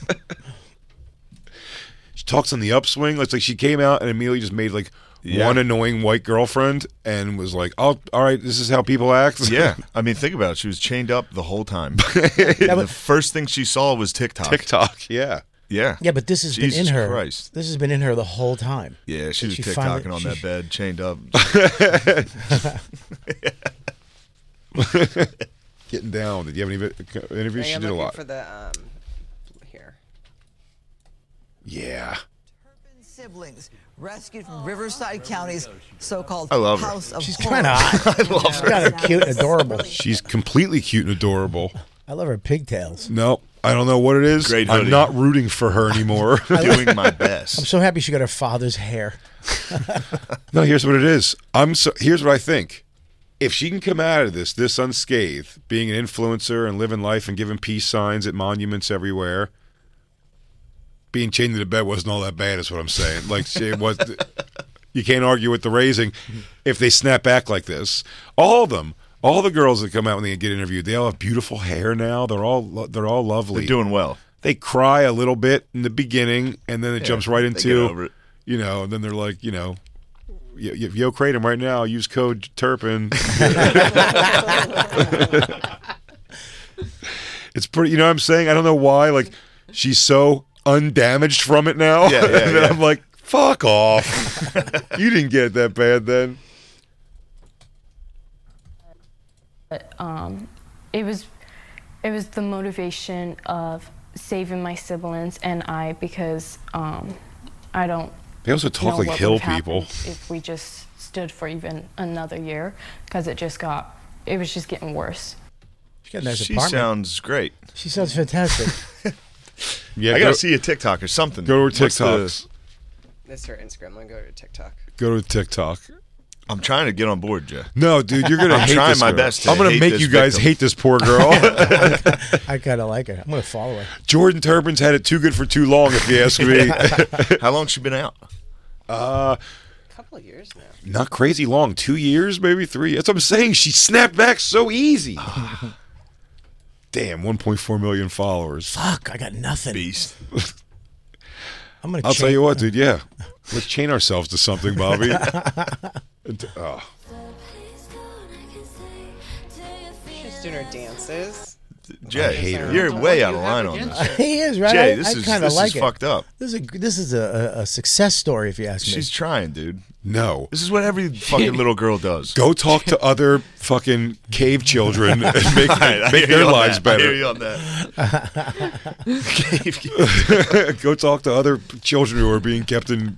C: she talks on the upswing. It's like she came out and immediately just made like
E: Yeah.
C: one annoying white girlfriend and was like, "Oh, all right, this is how people act."
E: Yeah. I mean, think about it. She was chained up the whole time. the first thing she saw was TikTok.
C: TikTok. Yeah.
E: Yeah.
D: Yeah, but this has been
E: Jesus
D: in her.
E: Christ.
D: This has been in her the whole time.
E: Yeah, she
D: And
E: was TikToking
D: finally-
E: on
D: she-
E: that bed, chained up.
C: Getting down. Did you have any vi- interviews?
F: I
C: She
F: am
C: did a
F: looking
C: lot.
F: for the um, here.
C: Yeah.
I: siblings rescued from Riverside County's so-called
C: I love her.
I: House of
D: She's
I: Horrors.
D: kind of hot. She's kind of cute and adorable.
C: She's completely cute and adorable.
D: I love her pigtails.
C: No, I don't know what it is.
E: Great
C: I'm
E: hoodie.
C: not rooting for her anymore.
E: Doing my best.
D: I'm so happy she got her father's hair.
C: No, here's what it is. I'm so here's what I think. If she can come out of this this unscathed, being an influencer and living life and giving peace signs at monuments everywhere, being chained to the bed wasn't all that bad, is what I'm saying. Like she- it was, you can't argue with the raising if they snap back like this. All of them, all the girls that come out when they get interviewed, they all have beautiful hair now. They're all lo- they're all lovely.
E: They're doing well.
C: They cry a little bit in the beginning, and then it
E: Yeah,
C: jumps right
E: they get
C: into
E: over it.
C: you know, and then they're like, you know, yo, yo, yo Kratom right now, use code Turpin. it's pretty, you know what I'm saying? I don't know why, like, she's so undamaged from it now. Oh,
E: Yeah, yeah,
C: and then
E: yeah.
C: I'm like, fuck off. you didn't get it that bad then.
J: but um, it was it was the motivation of saving my siblings and I because um, I don't.
C: They also talk
J: know
C: like
J: what
C: hill
J: would've happened
C: people.
J: If we just stood for even another year, because it just got it was just getting worse.
D: She got a nice
E: she
D: apartment.
E: sounds great.
D: She sounds fantastic.
C: Yeah,
E: I gotta
C: go-
E: see a TikTok or something.
C: Go to
E: What's the-
C: TikToks.
F: That's her Instagram. I'm going to go to TikTok.
C: Go to TikTok.
E: I'm trying to get on board, Jay.
C: No, dude, you're gonna
E: I'm
C: hate
E: trying
C: this
E: my
C: girl.
E: best. To
C: I'm gonna
E: hate
C: make
E: this
C: you guys
E: victim.
C: hate this poor girl.
D: I kind of like her. I'm going to follow her.
C: Jordan Turbin's had it too good for too long, if you ask me.
E: How long she been out?
C: Uh,
F: couple of years now.
C: not crazy long. Two years, maybe three. That's what I'm saying. She snapped back so easy.
E: Ah.
C: Damn, 1.4 million followers.
D: Fuck, I got nothing.
E: Beast.
D: I'm going to
C: I'll tell you what, dude. Yeah, let's chain ourselves to something, Bobby. And, uh,
E: Oh.
F: She's doing her dances.
C: I
E: Jay,
C: hate her.
E: you're way out of line on this.
D: He is, right?
E: Jay,
D: I-
E: this
D: I,
E: is
D: kind
E: this
D: of like
E: is
D: it.
E: fucked up.
D: This is, a, this is a, a, a success story, if you ask me.
E: She's trying, dude.
C: no.
E: This is what every fucking little girl does.
C: Go talk to other fucking cave children and make,
E: I hear
C: make their
E: you on
C: lives
E: that. I hear
C: better.
E: you on that.
C: Go talk to other children who are being kept in.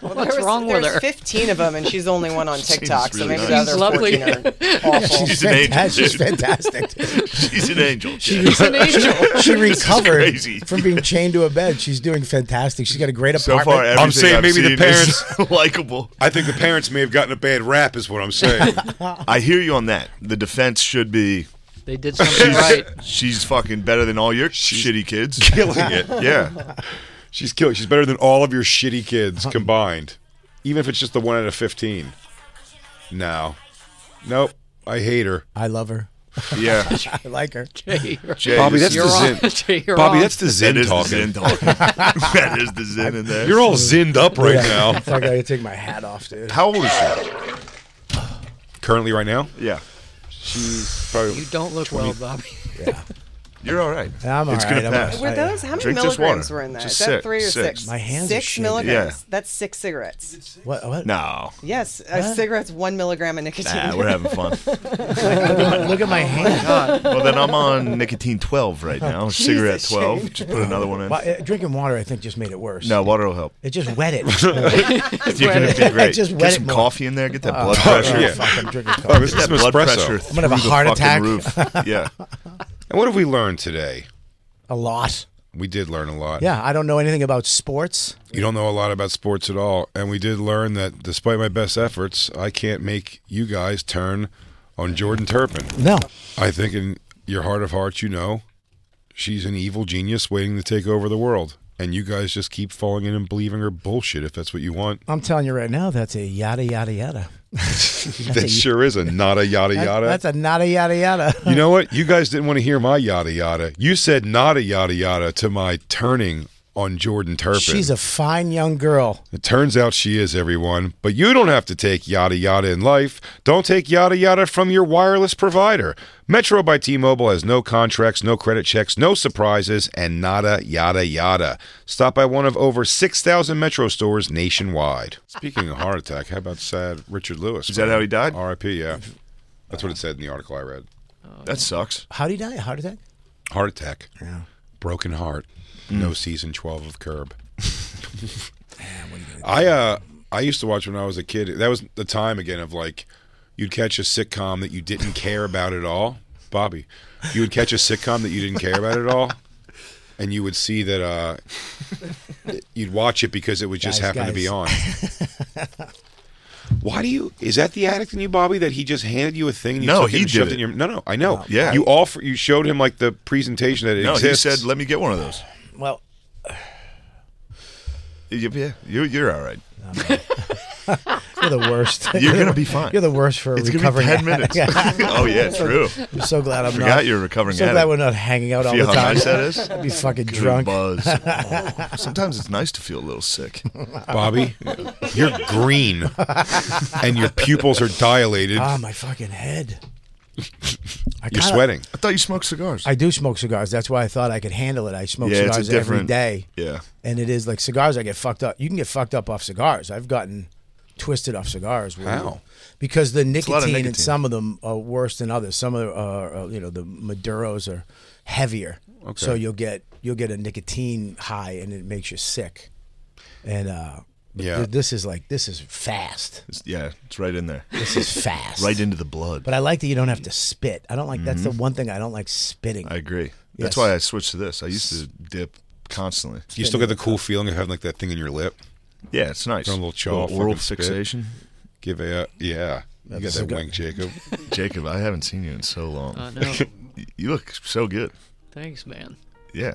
F: What's
B: wrong with
F: there's
B: her?
F: 15 of them, and she's the only one on TikTok, so
E: really
F: maybe the
E: nice.
F: other
B: She's lovely.
F: 14 are awful.
E: She's an angel.
D: fantastic. She's fantastic.
E: dude. She's an angel.
D: She,
E: Jay.
B: an angel.
D: she
E: This is
D: recovered
E: crazy.
D: from being chained to a bed. She's doing fantastic. She's got a great
E: So
D: apartment.
E: far, everything
C: I'm saying
E: I've
C: maybe the
E: seen is likable.
C: I think the parents may have gotten a bad rap, is what I'm saying.
E: I hear you on that. The defense should be
B: They did something right.
E: she's fucking better than all your shitty kids.
C: Killing it.
E: Yeah.
C: She's killing. She's better than all of your shitty kids combined, even if it's just the one out of fifteen. No, nope. I hate her,
D: I love her.
E: Yeah.
D: I like her.
B: Jay,
E: Jay,
C: Bobby. That's
E: this is-
B: you're
C: the
B: wrong.
C: zin.
B: Jay, you're
C: Bobby,
B: wrong.
C: that's the
E: that
C: zin
E: is the
C: talking.
E: Zen talking. that is the Zen in there.
C: You're all zinned up right now.
D: Fuck, I gotta take my hat off, dude.
E: How old is she?
C: Currently, right now,
E: Yeah.
C: she's probably
B: You don't look well, Bobby.
E: You're all right.
D: I'm all
E: it's gonna
D: right, I'm
E: pass.
D: all
F: Were
D: right.
F: those how many
E: Drink this
F: milligrams
E: water.
F: were in that?
E: Just
F: Is that
E: six,
F: three or
E: six.
F: six?
D: My hands are
F: six
D: shaking.
F: milligrams.
E: Yeah.
F: That's six cigarettes.
D: What? What?
E: No.
F: Yes, a cigarette's one milligram of nicotine.
E: Nah, we're having fun.
D: Look at my
B: Oh
D: hand.
E: well, then I'm on nicotine 12 right now. Cigarette
F: Jesus,
E: 12.
F: Shane.
E: Just put another one in.
D: Wa- uh, Drinking water, I think, just made it worse.
E: No, water will help.
D: It just wet it.
E: You're gonna be great.
D: Just wet
E: Get
D: it
E: some
D: more. Uh,
E: coffee in there. Get that blood
C: Oh,
E: pressure.
C: yeah.
D: Fuck, I'm drinking
C: Oh,
D: coffee.
C: this
E: Get
C: is
E: that blood pressure.
C: espresso.
D: I'm gonna have a
E: through
D: heart
E: the fucking
D: attack.
E: Roof. Yeah.
C: And what have we learned today?
D: A lot.
C: We did learn a lot.
D: Yeah, I don't know anything about sports.
C: You don't know a lot about sports at all, and we did learn that despite my best efforts, I can't make you guys turn on Jordan Turpin.
D: No.
C: I think in your heart of hearts, you know, she's an evil genius waiting to take over the world. And you guys just keep falling in and believing her bullshit if that's what you want.
D: I'm telling you right now, that's a yada, yada, yada.
C: that
D: a-
C: sure is a nada yada
D: That-
C: yada.
D: That's a nada, yada, yada.
C: you know what? You guys didn't want to hear my yada yada. You said nada yada yada to my turning on Jordan Turpin.
D: She's a fine young girl.
C: It turns out she is, everyone. But you don't have to take yada yada in life. Don't take yada yada from your wireless provider. Metro by T Mobile has no contracts, no credit checks, no surprises, and nada yada yada. Stop by one of over 6,000 Metro stores nationwide. Speaking of heart attack, how about sad Richard Lewis?
E: Is that how he died?
C: RIP, yeah. That's what it said in the article I read.
E: That sucks.
D: Oh, How do you die? Heart attack?
E: Mm.
C: Heart attack. Broken heart. No season 12 of Curb. I uh I used to watch when I was a kid. That was the time again of like you'd catch a sitcom that you didn't care about at all. Bobby, you would catch a sitcom that you didn't care about at all. And you would see that uh, you'd watch it because it would just
K: Guys,
C: happen to be on.
K: guys.
C: Why do you? Is that the addict in you, Bobby? That he just handed you a thing? And you
E: No,
C: took it
E: he
C: and shoved
E: did
C: it in
E: it.
C: your, no, no, I know.
E: No. Yeah.
C: you offer. You showed him like the presentation that it
E: No, he
C: exists.
E: said, "Let me get one of those."
D: Well,
E: You- Yeah, you're you're all right.
D: You're the worst.
E: You're gonna be fine.
D: You're the worst for a
E: It's gonna be
D: recovering
E: 10 minutes.
D: addict.
E: Oh, yeah, true.
D: I'm so glad I'm
E: Forgot
D: not.
E: you're a recovering
D: So glad
E: addict.
D: we're not hanging out all
E: Feel
D: the
E: how
D: time.
E: nice that is?
D: I'd be fucking
E: Good
D: drunk.
E: buzz. Oh, sometimes it's nice to feel a little sick.
C: Bobby, you're green, and your pupils are dilated.
D: Ah, my fucking head. I
C: You're
D: kinda-
C: sweating.
E: I thought you smoked cigars.
D: I do smoke cigars. That's why I thought I could handle it. I smoke
E: Yeah, it's a
D: cigars every
E: different-
D: day.
E: yeah.
D: And it is like cigars, I get fucked up. You can get fucked up off cigars. I've gotten twisted off cigars. where-
E: How?
D: Because the
E: It's a lot of
D: nicotine, in
E: nicotine.
D: some of them are worse than others. Some of the, uh, uh, you know, the Maduros are heavier.
C: Okay.
D: So you'll get you'll get a nicotine high and it makes you sick. And uh
E: Yeah.
D: th- this is like this is fast.
E: It's- yeah, it's right in there.
D: This is fast.
E: Right into the blood.
D: But I like that you don't have to spit. I don't like that's the
E: Mhm.
D: one thing I don't like spitting.
E: I agree.
D: Yes.
E: That's why I switched to this. I used to dip constantly.
C: You still get the cool feeling of having like that thing in your lip.
E: Yeah, it's nice.
C: A little chaw,
E: Little oral
C: fucking spit.
E: fixation.
C: Give a yeah. You got
E: That's
C: that
E: so
C: wink, Jacob.
E: Jacob, I haven't seen you in so long.
B: I know.
E: you look so good.
B: Uh, Thanks, man.
E: Yeah.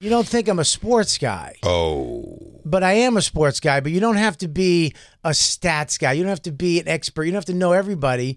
D: You don't think I'm a sports guy,
C: Oh.
D: but I am a sports guy, but you don't have to be a stats guy. You don't have to be an expert. You don't have to know everybody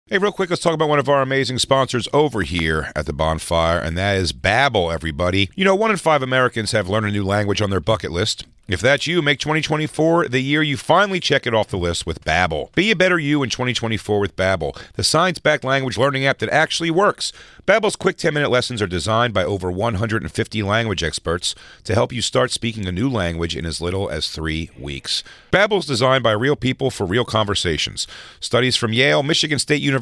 C: Hey, real quick, let's talk about one of our amazing sponsors over here at the bonfire, and that is Babbel, everybody. You know, one in five Americans have learned a new language on their bucket list. If that's you, make 2024 the year you finally check it off the list with Babbel. Be a better you in 2024 with Babbel, the science-backed language learning app that actually works. Babbel's quick 10-minute lessons are designed by over 150 language experts to help you start speaking a new language in as little as 3 weeks. Babbel's designed by real people for real conversations. Studies from Yale, Michigan State University,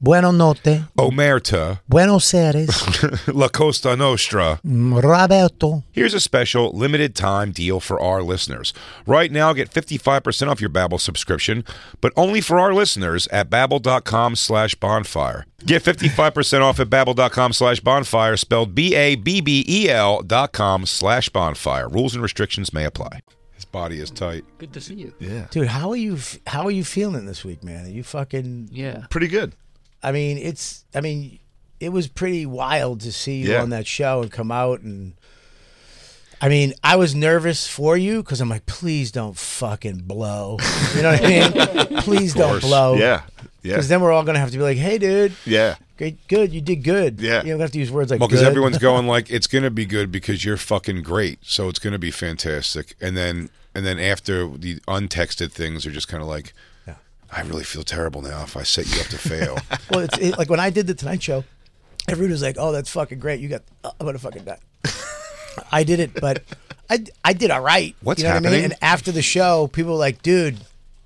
D: Buenos notte.
C: Omerta,
D: Buenos Aires.
C: La Costa Nostra.
D: Mm, Roberto.
C: Here's a special limited time deal for our listeners. Right now, get 55% off your Babbel subscription, but only for our listeners at babbel.com slash bonfire. Get 55% off at babbel.com slash bonfire, spelled B-A-B-B-E-L E dot com slash bonfire. Rules and restrictions may apply. His body is tight.
B: Good to see you.
E: Yeah.
D: Dude, how are you? f- How are you feeling this week, man? Are you fucking?
B: Yeah.
E: Pretty good.
D: I mean, it's. I mean, it was pretty wild to see you
E: Yeah.
D: on that show and come out and. I mean, I was nervous for you because I'm like, please don't fucking blow. You know what I mean? please don't
E: course.
D: blow.
E: Yeah. Yeah.
D: Because then we're all gonna have to be like, hey, dude,
E: Yeah.
D: great, good, you did good.
E: Yeah.
D: You don't have to use words like.
C: well, because
D: good.
C: everyone's going like it's going to be good because you're fucking great, so it's going to be fantastic. And then and then after the untexted things are just kind of like, I really feel terrible now if I set you up to fail.
D: well, it's it, like when I did the Tonight Show, everyone was like, "Oh, that's fucking great. You got uh, I'm gonna fucking die." I did it, but I I did all right.
C: What's
D: you know What I
C: happening?
D: mean? And after the show, people were like, "Dude,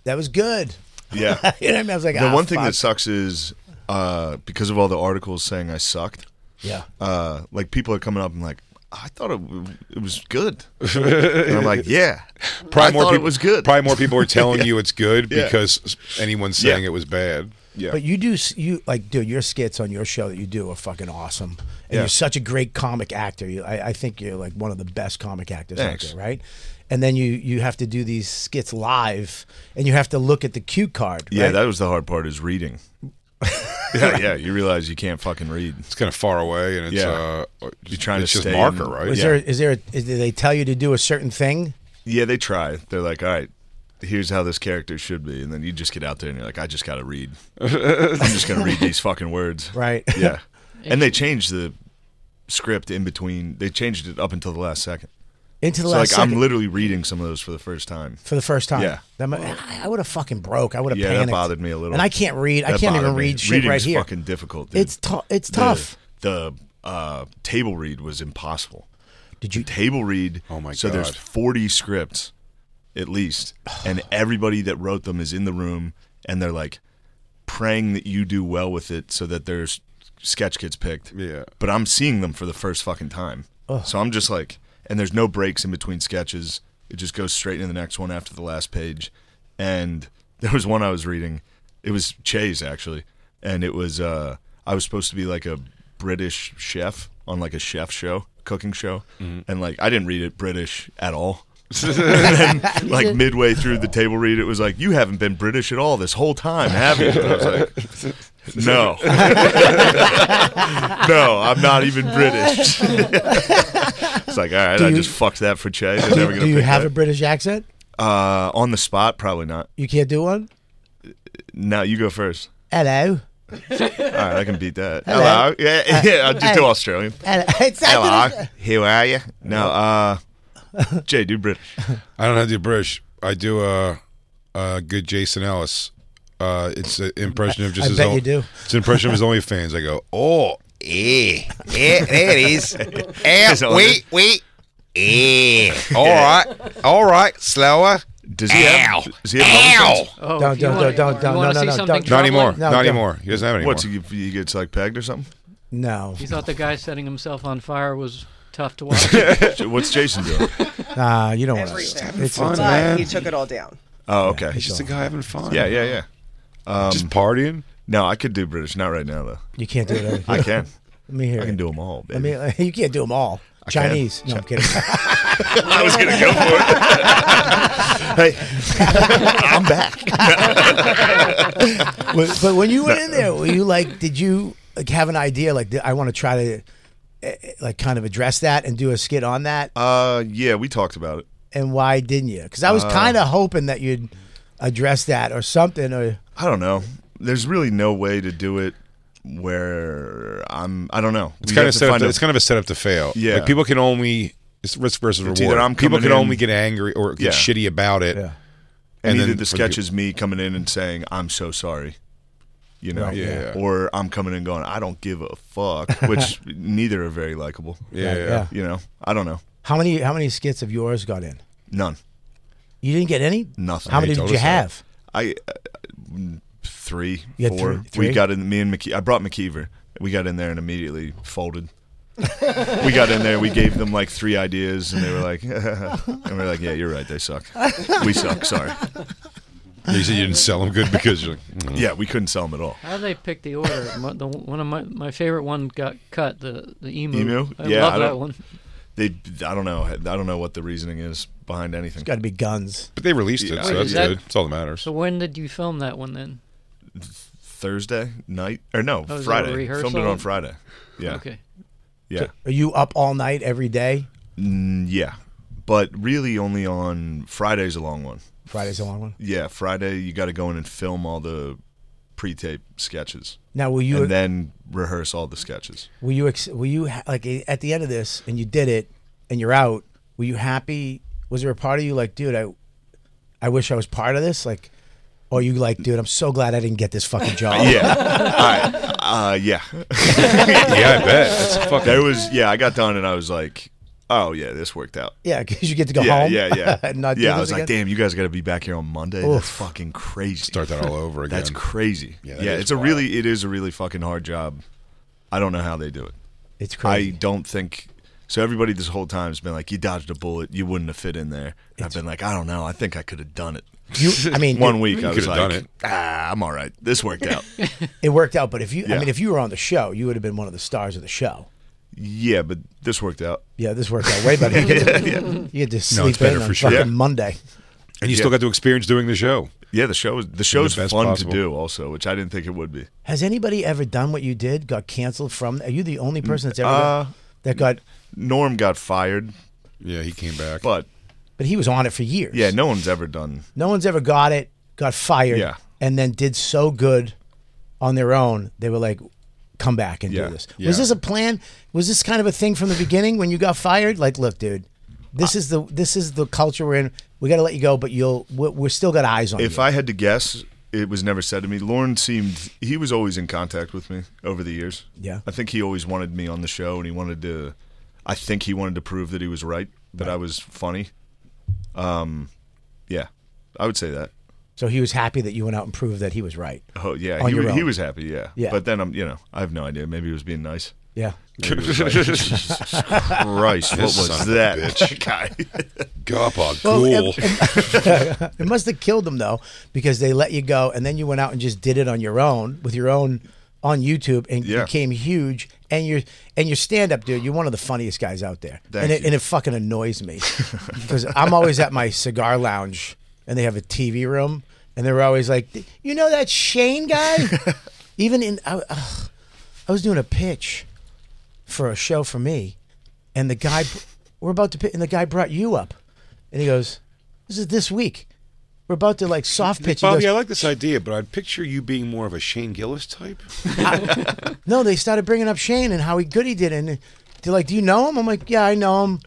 D: that was good."
E: Yeah.
D: you know what I mean? I was like,
E: the
D: "Ah,
E: one thing
D: fuck."
E: that sucks is uh, because of all the articles saying I sucked.
D: Yeah.
E: Uh, like people are coming up and like, I thought it, w- it was good. and I'm like, yeah. I
C: probably more
E: thought
C: people
E: it was good.
C: Probably more people are telling you it's good
E: Yeah.
C: because anyone's saying
E: Yeah.
C: it was bad. Yeah.
D: But you do s- you like, dude, your skits on your show that you do are fucking awesome, and
E: Yeah.
D: you're such a great comic actor. You, I, I think you're like one of the best comic actors
E: Thanks.
D: out there, right? And then you you have to do these skits live, and you have to look at the cue card.
E: Yeah,
D: right?
E: that was the hard part is reading. yeah, yeah, you realize you can't fucking read.
C: it's kind of far away, and it's
E: Yeah.
C: uh,
E: You're trying to
C: it's just
E: stay
C: marker,
E: in-
C: right?
D: Was
E: Yeah.
D: there is there a, is, did they tell you to do a certain thing?
E: Yeah, they try. They're like, all right, here's how this character should be, and then you just get out there and you're like, I just got to read. I'm just gonna read these fucking words.
D: Right.
E: Yeah. And they changed the script in between. They changed it up until the last second.
D: Into the
E: So like
D: last second
E: I'm literally reading some of those for the first time.
D: for the first time.
E: Yeah.
D: That might, I- I would have fucking broke. I would have
E: Yeah,
D: panicked.
E: that bothered me a little.
D: And I can't read. I
E: That
D: can't even
E: bothered me.
D: read shit
E: Reading's
D: right here.
E: Fucking difficult. Dude.
D: it's tou- it's
E: The-
D: tough.
E: The, uh, table read was impossible.
D: Did you?
E: Table read.
C: Oh my
E: So there's
C: God.
E: 40 scripts, at least, and everybody that wrote them is in the room, and they're like praying that you do well with it, so that there's sketch gets picked.
C: Yeah.
E: But I'm seeing them for the first fucking time, so I'm just like, and there's no breaks in between sketches. It just goes straight into the next one after the last page, and there was one I was reading. It was Che's actually, and it was uh, I was supposed to be like a British chef on like a chef show, cooking show, and like I didn't read it British at all. and then, like midway through the table read, it was like, "You haven't been British at all this whole time, have you?" And I was like, "No, no, I'm not even British." it's like, all right,
D: Do
E: I
D: you-
E: just fucked that for Che. They're never
D: Do,
E: gonna
D: do you
E: pick
D: have a
E: that.
D: British accent?
E: uh, on the spot? Probably not.
D: You can't do one.
E: No, you go first.
D: Hello.
E: All right, I can beat that.
D: Hello. Uh,
E: Hello, yeah, yeah, I'll just do
D: Hey. Uh,
E: Australian.
D: Hello. It's not
E: Hello,
D: gonna-
E: how are you? No, uh, Jay, do British.
C: I don't know how to do British. I do a, a good Jason Ellis. Uh, it's an impression of just
D: I
C: his
D: bet
C: own.
D: you do.
C: It's an impression of his only fans. I go, oh, eh, eh, there it is. Eh,
E: His own-
C: wait, wait. Yeah. All right. All right. Slower.
E: Does he have-
C: Ow.
E: does he have
C: Ow.
E: nonsense?
D: Oh, Don't- if you don't- wanna- don't- you don't- wanna no, no, see no, something don't-
C: Not anymore.
D: troubling? No,
C: Not
D: don't.
C: anymore. He doesn't have any
E: What's
C: more.
E: he, he gets like pegged or something?
D: No.
B: You thought the guy setting himself on fire was tough to watch?
E: What's Jason doing?
D: Nah, you don't want to.
F: Everything.
D: It's
F: but
D: man.
F: he took it all down.
E: Oh, okay.
C: He's just a guy having fun.
E: Yeah, yeah, yeah. Um,
C: Just partying.
E: No, I could do British. Not right now though.
D: You can't do that.
E: I can.
D: Let me hear.
E: I can
D: it.
E: do them all,
D: I
E: baby.
D: mean, you can't do them all.
E: I can.
D: Chinese. No, I'm kidding.
E: I was gonna go for it. hey, I'm back.
D: but, but when you went in there, were you like, did you like have an idea? Like, I want to try to eh, eh, like kind of address that and do a skit on that.
E: uh, yeah, we talked about it.
D: And why didn't you? Because I was
E: Uh,
D: kind of hoping that you'd address that or something. Or
E: I don't know. There's really no way to do it where I'm. I don't know.
C: It's
E: We
C: kind
E: have
C: of
E: to
C: set up
E: find
C: to,
E: a-
C: it's kind of a setup to fail.
E: Yeah.
C: Like people can only it's risk versus
E: It's
C: reward.
E: either I'm
C: people can
E: coming in-
C: only get angry or get
E: Yeah.
C: shitty about it.
E: Yeah. and, either
C: then
E: the
C: for
E: sketch is me coming in and saying I'm so sorry, you know,
C: Right, yeah.
E: or I'm coming in going I don't give a fuck, which neither are very likable.
C: Yeah, Right, yeah. yeah.
E: you know, I don't know,
D: how many how many skits of yours got in?
E: none,
D: You didn't get any.
E: nothing.
D: How many did you have?
E: I uh, mm, three,
D: You had
E: four.
D: three- three?
E: We got in. Me and McKe- I brought McKeever. We got in there and immediately folded. we got in there. We gave them like three ideas, and they were like, and we are like, yeah, you're right. They suck. We suck. Sorry.
C: You said you didn't sell them good because you're like, mm.
E: yeah, we couldn't sell them at all.
B: How they pick the order? Mo- the, one of my, my favorite one got cut. The the emu.
E: Emu?
B: I
E: yeah,
B: love
E: I don't,
B: that one.
E: They, I don't know. I don't know what the reasoning is behind anything.
D: It's got to be guns.
C: But they released it,
E: Yeah.
C: so
B: Wait,
C: that's
B: is that-
C: good. That's all that matters.
B: So when did you film that one then?
E: Thursday night or no
B: Oh, is it a
E: Friday.
B: rehearsal?
E: Filmed it on Friday. Yeah.
B: Okay.
E: Yeah.
D: Are you up all night every day?
E: Mm, yeah. But really, only on Friday's a long one.
D: Friday's a long one.
E: Yeah, Friday you got to go in and film all the pre-tape sketches.
D: Now, will you-
E: and then rehearse all the sketches?
D: Were you ex- were you ha- like eh, at the end of this and you did it and you're out? Were you happy? Was there a part of you like, dude, I, I wish I was part of this? Like, or you like, dude, I'm so glad I didn't get this fucking job.
E: yeah. I, uh, yeah. yeah,
C: I bet. That's fucking-
E: There was yeah. I got done and I was like, oh yeah, this worked out.
D: Yeah, 'cause you get to go
E: yeah,
D: home
E: Yeah, yeah,
D: and not do
E: yeah. I
D: this
E: was like,
D: again.
E: damn, you guys got to be back here on Monday.
D: Oof.
E: That's fucking crazy.
C: Start that all over again.
E: That's crazy.
C: Yeah,
E: Yeah,
C: that is
E: it's a really it is a really fucking hard job. I don't know how they do it.
D: It's crazy.
E: I don't think so. Everybody this whole time has been like, "You dodged a bullet. You wouldn't have fit in there." And I've been like, "I don't know. I think I could have done it."
D: You- I mean,
E: one
D: it-
E: week
D: You
E: I
C: could
E: was
C: have
E: like,
C: done it.
E: "Ah, I'm all right. This worked out."
D: It worked out, but if you, I
E: Yeah.
D: mean, if you were on the show, you would have been one of the stars of the show.
E: yeah, but this worked out.
D: Yeah, this worked out way better. You get to,
E: Yeah, yeah.
D: you get to
E: No,
D: sleep
E: it's
C: better
D: in on
C: for sure.
D: fucking
C: Yeah.
D: Monday.
C: And you still got to experience doing the show.
E: Yeah, the show is the show's fun to do also, which I didn't think it would be.
D: Has anybody ever done what you did? Got canceled from? Are you the only person that's ever
E: Uh,
D: that got?
E: Norm got fired,
C: Yeah, he came back.
E: but
D: But he was on it for years.
E: yeah, no one's ever done.
D: No one's ever got it, got fired,
E: Yeah.
D: and then did so good on their own. They were like, come back and
E: Yeah,
D: do this.
E: yeah.
D: Was this a plan? Was this kind of a thing from the beginning when you got fired? Like, look, dude, this is the this is the culture we're in. We got to let you go, but you'll we're, we're still got eyes on
E: If
D: you.
E: I had to guess, it was never said to me. Lauren seemed he was always in contact with me over the years.
D: Yeah.
E: I think he always wanted me on the show, and he wanted to. I think he wanted to prove that he was right, that I was funny. Um, yeah, I would say that.
D: so he was happy that you went out and proved that he was right.
E: Oh yeah,
D: On
E: he,
D: your
E: wa- he
D: own.
E: was happy. Yeah.
D: Yeah.
E: But then I'm, you know, I have no idea. Maybe he was being nice.
D: Yeah.
E: Maybe he was like, Jesus Christ, what
C: This
E: was
C: son of a
E: that
C: bitch.
E: guy?
C: Goppa
D: Well,
C: ghoul.
D: it, it must have killed them though, because they let you go, and then you went out and just did it on your own with your own on YouTube, and
E: Yeah.
D: became huge. And your and your stand up, dude, you're one of the funniest guys out there.
E: Thank
D: and it
E: you.
D: and it fucking annoys me because I'm always at my cigar lounge, and they have a TV room, and they're always like, you know that Shane guy, even in. uh, I, ugh, I was doing a pitch for a show for me, and the guy, we're about to, pi- and the guy brought you up, and he goes, "This is this week. We're about to like soft pitch." He
C: Bobby,
D: goes,
C: I like this idea, but I picture you being more of a Shane Gillis type.
D: no, they started bringing up Shane and how he good he did, and they're like, "Do you know him?" I'm like, "Yeah, I know him."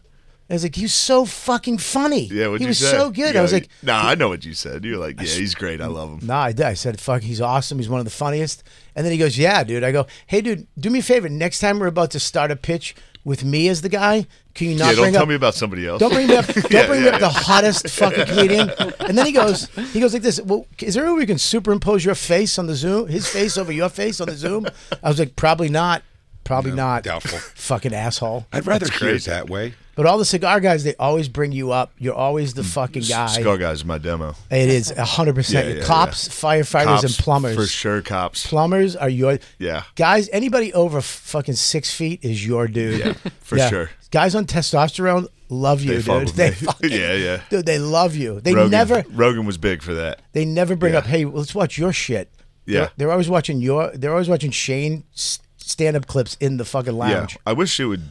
D: I was like, "He's so fucking funny.
E: Yeah, what
D: he
E: you
D: was
E: say?
D: so good."
E: You
D: I was
E: go,
D: like,
E: Nah, I know what you said. You're like, yeah, he's great. I love him.
D: Nah, I did. I said, fuck, he's awesome. He's one of the funniest. And then he goes, yeah, dude. I go, hey, dude, do me a favor. Next time we're about to start a pitch, with me as the guy. Can you not
E: yeah, don't
D: bring
E: tell
D: up
E: me about somebody else.
D: Don't bring me up. Don't
E: Yeah,
D: bring me
E: yeah,
D: up the
E: yeah.
D: hottest fucking comedian. And then he goes, he goes like this. Well, is there a way we can superimpose your face on the Zoom? His face over your face on the Zoom? I was like, probably not. Probably not.
C: Doubtful.
D: fucking asshole.
C: I'd rather hear it that way.
D: But all the cigar guys, they always bring you up. You're always the fucking guy.
E: Scar Mm, guys, my demo.
D: It is hundred
E: Yeah,
D: percent.
E: yeah,
D: Cops,
E: yeah.
D: firefighters,
E: Cops,
D: and plumbers.
E: for sure. Cops.
D: Plumbers are your
E: Yeah.
D: guys. Anybody over f- fucking six feet is your dude.
E: Yeah, for sure.
D: Guys on testosterone love you,
E: They fuck
D: dude.
E: with
D: They
E: me.
D: fucking,
E: Yeah, yeah.
D: Dude, they love you. They
E: Rogan,
D: never,
E: Rogan was big for that.
D: they never bring up. Hey, let's watch your shit.
E: Yeah.
D: They're, they're always watching your. They're always watching Shane s- stand-up clips in the fucking lounge.
E: Yeah, I wish it would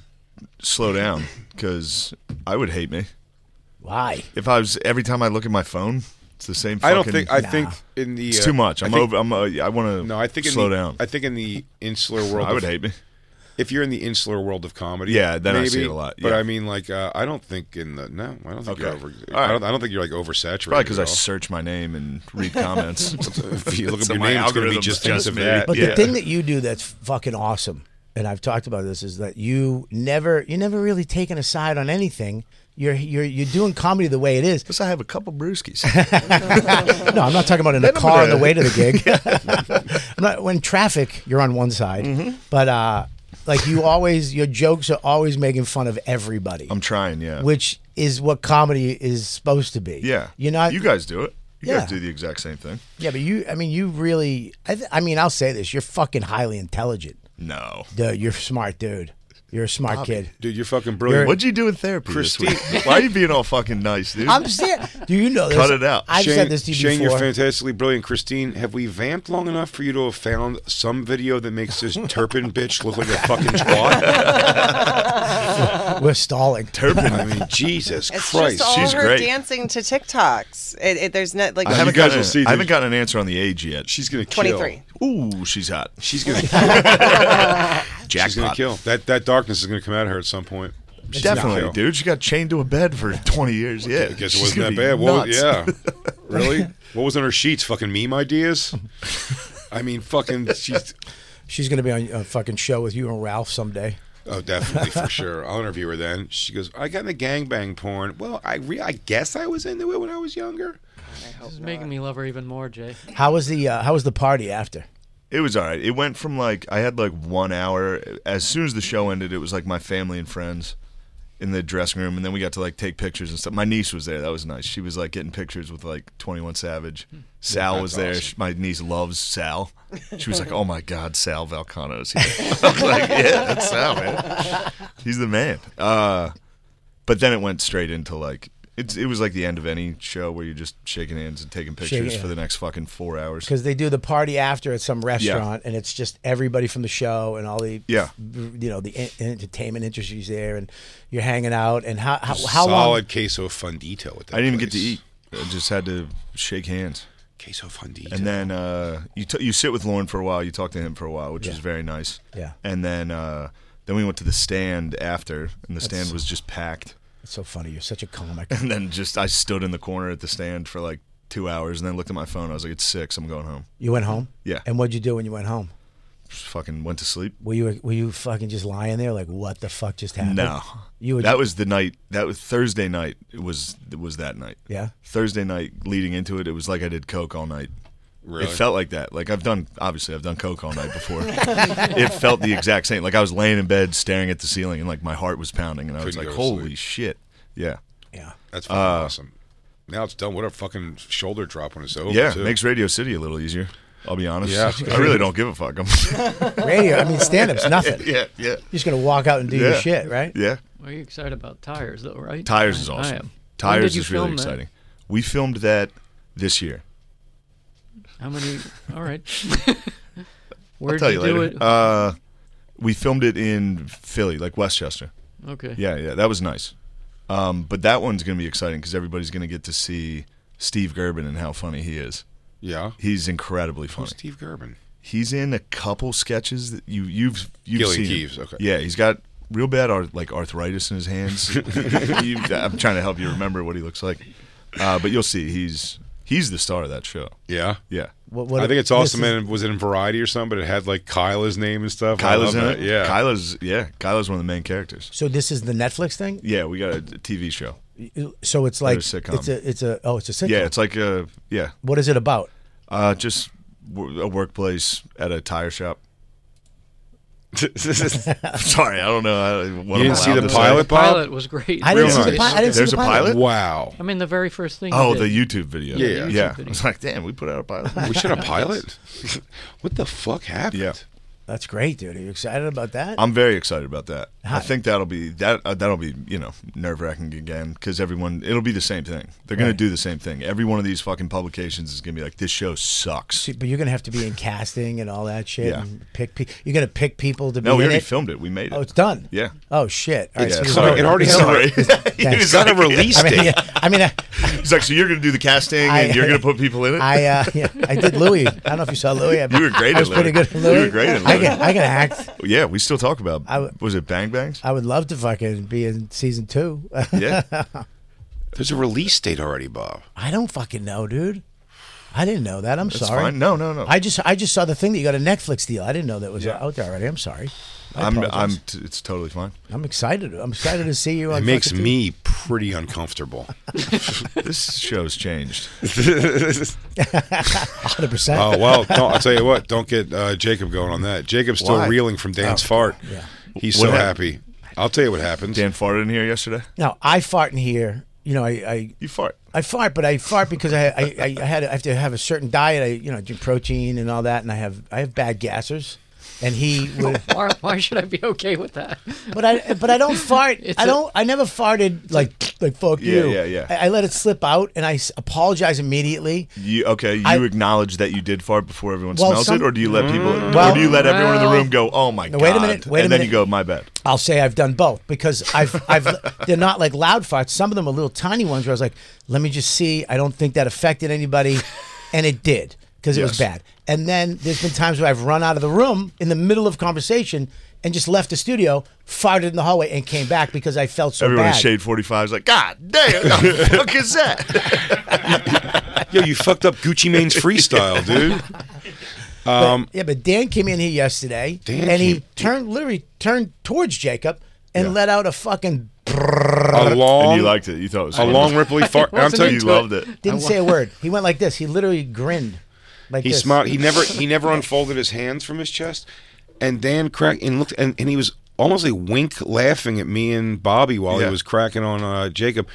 E: slow down because I would hate me.
D: Why?
E: If I was every time I look at my phone, it's the same. Fucking,
C: I don't think. I think in the
E: it's
C: uh,
E: too much.
C: I
E: I'm
C: think-
E: over. I'm. Uh, I want to.
C: No, I think in
E: slow
C: the,
E: down.
C: I think in the insular world,
E: I would
C: of-
E: hate me.
C: If you're in the insular world of comedy,
E: Yeah, then I
C: maybe,
E: see it a lot,
C: But
E: yeah.
C: I mean, like, uh, I don't think in the no, I don't think you're
E: Okay.
C: over.
E: All right.
C: I, don't, I don't think you're like oversaturated.
E: Probably because I
C: at all.
E: search my name and read comments.
C: If you look up
E: So
C: your
E: my
C: name, it's gonna be
E: algorithm's
C: just
E: just
C: of
E: me.
C: that.
D: But
E: Yeah.
D: the thing that you do that's fucking awesome, and I've talked about this, is that you never you never really taken a side on anything. You're you're you're doing comedy the way it is.
E: Plus, I have a couple brewskis.
D: no, I'm not talking about in a
E: Then I'm
D: car on the
E: gonna-
D: way to the gig. I'm not, when traffic, you're on one side,
E: Mm-hmm.
D: but uh, like you always, your jokes are always making fun of everybody,
E: I'm trying. Yeah.
D: which is what comedy is supposed to be.
E: Yeah.
D: you're not.
E: You guys do it. You
D: Yeah.
E: guys do the exact same thing.
D: yeah, but you. I mean, you really. I, th- I mean, I'll say this: you're fucking highly intelligent.
E: No.
D: Dude, you're a smart, dude. You're a smart
E: Bobby.
D: kid.
C: Dude, you're fucking brilliant.
E: What'd you do in therapy? this week?
C: Christine-
E: Why are you being all fucking nice, dude?
D: I'm serious. Do you know this?
E: Cut it out.
D: I've
C: Shane,
D: said this to you
C: Shane,
D: before.
C: you're fantastically brilliant. Christine, have we vamped long enough for you to have found some video that makes this Turpin bitch look like a fucking twat?
D: We're stalling.
E: Turpin.
C: I mean, Jesus
F: It's
C: Christ.
F: just all
E: she's
F: her
E: great.
F: dancing to TikToks. It, it, there's no like
E: I haven't,
C: Uh, you guys
E: gotten,
C: will see
E: I haven't
C: these-
E: gotten an answer on the age yet.
C: She's gonna kill.
F: 23.
E: Ooh, she's hot.
C: She's gonna. She's gonna
E: Jackpot.
C: kill. That that darkness is gonna come out of her at some point. She's gonna
E: Definitely,
C: kill.
E: dude. She got chained to a bed for 20 years. Yeah.
C: I guess
E: she's
C: it wasn't
E: gonna
C: that
E: be
C: bad. What was-
E: nuts.
C: yeah. Really? What was on her sheets? Fucking meme ideas? I mean, fucking. She's.
D: She's gonna be on a fucking show with you and Ralph someday.
C: Oh, definitely for sure. I'll interview her then. She goes, "I got into gangbang porn. Well, I re- I guess I was into it when I was younger.
B: This is making me love her even more, Jay.
D: How was the uh, How was the party after?
E: It was all right. It went from like, I had like one hour. As soon as the show ended, it was like my family and friends in the dressing room. And then we got to like take pictures and stuff. My niece was there. That was nice. She was like getting pictures with like 21 Savage.
D: Hmm.
E: Sal
C: that's
E: was there.
C: awesome.
E: She- my niece loves Sal. She was like, oh my God, Sal Valcano is here. I was like, yeah, that's Sal, man. He's the man. Uh, but then it went straight into like it's it was like the end of any show where you're just shaking hands and taking
D: Shaking
E: pictures for
D: hands.
E: the next fucking four hours.
D: Because they do the party after at some restaurant, and it's just everybody from the show and all the
E: Yeah.
D: you know, the en- entertainment industry's there, and you're hanging out. And how how,
C: Just
D: how long?
C: solid queso fundito at that
E: I didn't even get to
C: place.
E: eat. I just had to shake hands.
C: queso fundito.
E: And then uh, you t- you sit with Lauren for a while. You talk to him for a while, which was very nice.
D: Yeah.
E: And then uh, then we went to the stand after, and the stand was just packed.
D: It's so funny. You're such a comic.
E: And then just I stood in the corner at the stand for like two hours, and then looked at my phone. I was like, "It's six. I'm going home."
D: You went home.
E: Yeah.
D: And what'd you do when you went home?
E: Just fucking went to sleep.
D: Were you were you fucking just lying there like what the fuck just happened?
E: No,
D: You were
E: that was the night. That was Thursday night. It was it was that night.
D: Yeah.
E: Thursday night leading into it, it was like I did coke all night.
C: Really?
E: It felt like that. Like I've done, obviously, I've done coke all night before. it felt the exact same. Like I was laying in bed, staring at the ceiling, and like my heart was pounding, and I was
C: Couldn't
E: like,
C: go to sleep.
E: "Holy shit!" Yeah, Uh,
D: yeah.
C: That's fucking awesome. Now it's done. What a fucking shoulder drop when it's over.
E: yeah.
C: too.
E: Makes Radio City a little easier. I'll be honest.
C: Yeah.
E: I really don't give a fuck. I'm,
D: Radio. I mean, stand-up's nothing.
E: yeah, yeah,
D: You're just gonna walk out and do your
E: Yeah.
D: shit, right?
E: yeah.
B: Are you excited about tires, though, right?
E: Tires is
B: I- I
E: awesome.
B: am. When did
E: Tires
B: you
E: is really
B: film that?
E: exciting. We filmed that this year.
B: How many? All right. Where
E: I'll
B: did
E: tell you,
B: you do
E: later.
B: it?
E: Uh, we filmed it in Philly, like Westchester.
B: okay.
E: Yeah, yeah, that was nice. Um, but that one's going to be exciting because everybody's going to get to see Steve Gerben and how funny he is.
C: Yeah.
E: He's incredibly funny.
C: Who's Steve Gerben?
E: He's in a couple sketches that you you've you've
C: Gillian
E: seen. him.
C: Keeves, okay.
E: Yeah, he's got real bad ar- like arthritis in his hands. You- I'm trying to help you remember what he looks like, uh, but you'll see he's he's the star of that show.
C: Yeah.
E: Yeah,
D: What, what
C: I think it's
D: this
C: awesome.
D: is-
C: and it was in Variety or something, but it had like Kyla's name and stuff. I
E: Kyla's in
C: love
E: it.
C: that. Yeah.
E: Kyla's yeah. Kyla's one of the main characters.
D: so this is the Netflix thing.
E: Yeah, we got a TV show.
D: So it's like
E: They're a sitcom.
D: it's a it's a oh it's a sitcom.
E: Yeah, it's like a yeah.
D: What is it about?
E: Uh, just w- a workplace at a tire shop. Sorry, I don't know. I, what
C: You
E: I'm
C: didn't see
E: allowed
C: the
E: to
C: pilot,
E: say.
C: Bob?
B: Pilot was great.
E: I didn't see the pi- I didn't see
B: There's
E: the pilot. Wow.
B: I mean, the very first thing.
E: Oh,
B: he did.
E: the YouTube video.
B: Yeah,
E: yeah.
B: the
E: yeah.
B: YouTube
E: I was like, damn, we put out a pilot.
C: We should have pilot. what the fuck happened?
E: Yeah,
D: That's great, dude. Are you excited about that?
E: I'm very excited about that.
D: Hi.
E: I think that'll be that uh, that'll be you know nerve wracking again because everyone it'll be the same thing. They're gonna
D: Right.
E: do the same thing. Every one of these fucking publications is gonna be like, this show sucks.
D: See, but you're gonna have to be in casting and all that shit.
E: Yeah.
D: And pick pe- you're gonna pick people to be.
E: No, we
D: in
E: already
D: it?
E: filmed it. We made it.
D: Oh, it's done.
E: Yeah.
D: Oh shit. All right,
E: It's-
D: so you
E: sorry,
D: wrote
E: it already-
D: You
E: sorry.
D: wrote
E: It
D: Thanks.
E: was on a release
D: I mean,
E: date.
D: yeah, I mean, I,
E: He's like, so you're gonna do the casting and
D: I-
E: you're gonna put people in it.
D: I uh, yeah, I did Louis. I don't know if you saw Louis. I-
E: You were great
D: I
E: at
D: was pretty
E: Louis.
D: good at Louis.
E: You were great at
D: I
E: Louis.
D: can, I can act.
E: yeah, we still talk about.
D: I w-
E: was it Bang Bangs?
D: I would love to fucking be in season two.
E: Yeah.
C: There's a release date already, Bob.
D: I don't fucking know, dude. I didn't know that. I'm
E: That's
D: sorry.
E: fine. No, no, no.
D: I just I just saw the thing that you got a Netflix deal. I didn't know that was out there already. I'm sorry. I
E: I'm.
D: apologize.
E: I'm. T- it's totally fine.
D: I'm excited. I'm excited to see you. On
C: It makes
D: fucking-
C: me pretty uncomfortable.
E: this show's changed.
D: 100%.
C: Oh well, don't, I'll tell you what. Don't get uh, Jacob going on that. Jacob's still
E: Why?
C: reeling from
D: Oh,
C: Dan's fart. He's
E: What
C: so
E: hap-
C: happy. I'll tell you what happened.
E: Dan farted in here yesterday.
D: No, I fart in here. You know, I, I
E: you fart.
D: I fart, but I fart because I I, I, I had I have to have a certain diet. I you know do protein and all that, and I have I have bad gassers, and he would.
B: why, why should I be okay with that?
D: But I but I don't fart.
B: It's
D: I
B: a-
D: don't. I never farted like like fuck
E: Yeah,
D: you.
E: yeah, yeah.
D: I, I let it slip out, and I s- apologize immediately.
E: You okay? You
D: I-
E: acknowledge that you did fart before everyone
D: Well,
E: smells
D: some-
E: it, or do you let
C: Mm.
E: people,
D: Well-
E: or do you let everyone in the
D: Well-
E: room go, "Oh my
D: No,
E: god"?
D: wait a minute, wait a
E: and then
D: minute.
E: you go, "My bad."
D: I'll say I've done both because I've I've they're not like loud farts. Some of them are little tiny ones where I was like, let me just see. I don't think that affected anybody, and it did because it was
E: Yes.
D: bad. And then there's been times where I've run out of the room in the middle of conversation and just left the studio, farted in the hallway, and came back because I felt so
E: everyone
D: bad.
E: in shade forty five is like, "God damn, the fuck is that?"
C: Yo, you fucked up Gucci Mane's freestyle, dude. Um,
D: yeah, but Dan came in here yesterday,
C: Dan
D: and he
C: came-
D: turned literally turned towards Jacob and let out a fucking
C: a long.
E: and you liked it. You thought it was
C: a
E: funny.
C: long Ripley fart. I'm telling
E: you, loved it.
D: didn't say a word. He went like this. He literally grinned. Like
C: he
D: this.
C: smiled. He never he never unfolded his hands from his chest, and Dan cracked and looked and, and he was almost a wink laughing at me and Bobby while
E: Yeah.
C: he was cracking on uh, Jacob.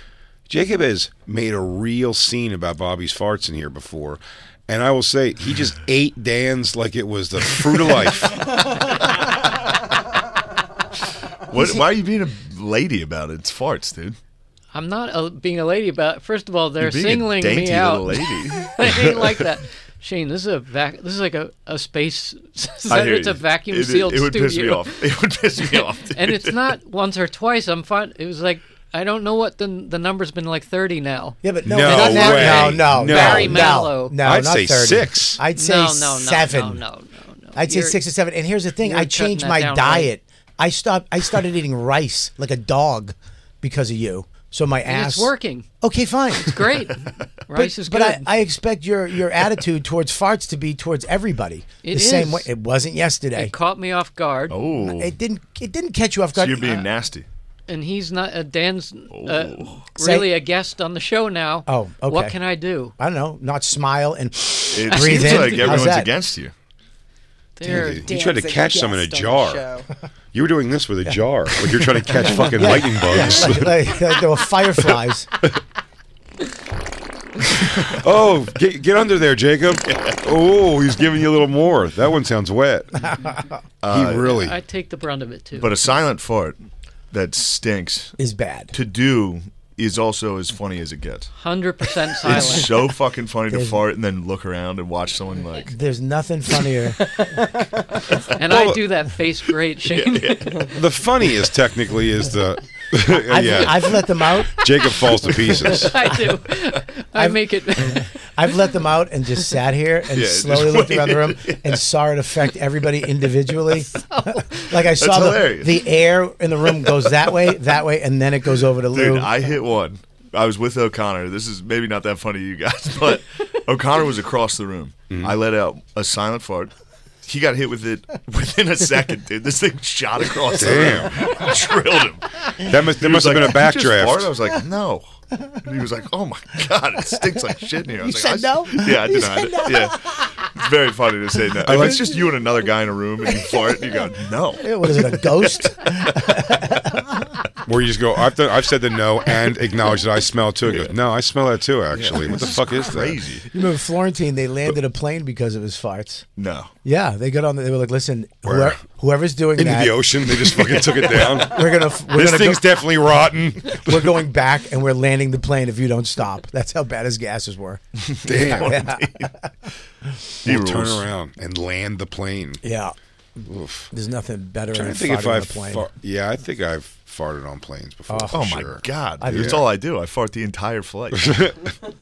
C: Jacob has made a real scene about Bobby's farts in here before, and I will say he just ate Dan's like it was the fruit of life.
E: What, why are you being a lady about it? It's farts, dude.
B: I'm not a, being a lady about. First of all, they're
E: You're being
B: singling
E: a dainty
B: me out.
E: little lady.
B: I ain't like that. Shane, this is a vac. This is like a, a space.
E: I hear
B: it's a
E: you.
B: vacuum
E: It-
B: sealed
E: It, would
B: studio.
E: piss me off. It would piss me off. Dude.
B: and it's not once or twice. I'm fine. It was like I don't know what the the number's been like thirty now.
D: Yeah, but no,
C: No
D: not that-
C: way.
D: no, no,
C: No.
B: Barry
D: no,
B: Manilow.
D: No,
C: I'd
D: not
C: say
D: 30.
C: six.
D: I'd say
B: no, no, no,
D: seven.
B: No, no, no, no.
D: I'd say
B: You're-
D: six or seven. And here's the thing:
B: you're
D: I changed
B: cutting that
D: my
B: down
D: diet. I stopped. I started eating rice like a dog because of you. So my
B: And
D: ass.
B: it's working.
D: Okay, fine.
B: It's great. Rice
D: but,
B: is good.
D: but I, I expect your your attitude towards farts to be towards everybody
B: It
D: the same
B: is.
D: way. It wasn't yesterday.
B: it caught me off guard.
E: Oh,
D: It didn't. It didn't catch you off
E: so
D: guard. Uh,
E: you're being nasty.
B: and he's not uh, Dan's uh,
D: Say-
B: really a guest on the show now.
D: Oh, okay.
B: What can I do?
D: I don't know. Not smile and
E: It
D: breathe
E: seems
D: in.
E: like
D: How's
E: everyone's
D: that?
E: against you.
B: There,
C: You tried to
F: Dan's a
C: catch some in a
F: guest on the
C: jar.
F: show.
C: You were doing this with a jar, like you're trying to catch fucking
D: Yeah.
C: lightning bugs.
D: like, like, like there were fireflies.
C: oh, get, get under there, Jacob. Oh, he's giving you a little more. That one sounds wet. he really.
B: I take the brunt of it too.
E: But a silent fart that stinks
D: Is bad.
E: to do is also as funny as it gets.
B: Hundred percent silent.
E: It's so fucking funny to fart and then look around and watch someone like.
D: There's nothing funnier.
B: and I do that face great, Shane.
C: The funniest, technically, is the
D: I've,
C: yeah.
D: I've let them out.
C: Jacob falls to pieces.
B: I do. I
D: I've-
B: make it.
D: I've let them out and just sat here and
E: Yeah,
D: slowly
E: just
D: looked around the room
E: waited.
D: and saw it affect everybody individually. like I saw the,
E: hilarious.
D: the air in the room goes that way, that way, and then it goes over to Lou.
E: Dude, I hit one. I was with O'Connor. This is maybe not that funny to you guys, but O'Connor was across the room.
C: Mm-hmm.
E: I let out a silent fart. He got hit with it within a second, dude. This thing shot across the
C: Damn.
E: room, drilled him.
C: That must- there
E: He
C: must
E: was
C: have been a
E: "Did you just
C: backdraft."
E: fart?" I was like, no. And he was like, oh my god, it stinks like shit in here. I was
D: You
E: like,
D: said
E: I s-
D: no?
E: Yeah, I
D: You
E: denied
D: said
E: it.
D: no?
E: Yeah, it's very funny to say no.
D: I
E: If
D: like-
E: it's just you and another guy in a room and you fart, you go, no.
D: Eh, What is it? A ghost?
C: Where you just go, I've, done, I've said the no and acknowledge that I smell too. It goes, no, I smell that too, actually. What the fuck is that?
E: Crazy.
D: You remember Florentine? They landed a plane because of his farts.
E: No.
D: Yeah, they got on. The, they were like, "Listen,
C: Where?
D: whoever, whoever's doing
C: Into
D: that,
C: the ocean. They just fucking took it down.
D: We're gonna. f- We're
C: this
D: gonna
C: thing's
D: go,
C: definitely rotten.
D: we're going back, and we're landing the plane if you don't stop. That's how bad his gases were.
C: Damn.
D: Yeah.
C: We'll
D: He
C: turn
D: rules.
C: around and land the plane.
D: Yeah. There's nothing better
C: Trying
D: than
C: to think if
D: farting on a
C: I've
D: plane.
C: far- yeah, I think I've farted on planes before.
D: Oh,
C: for
D: Oh, my
C: sure.
E: God,
D: I
E: dude,
D: do.
E: that's all I do. I fart the entire flight.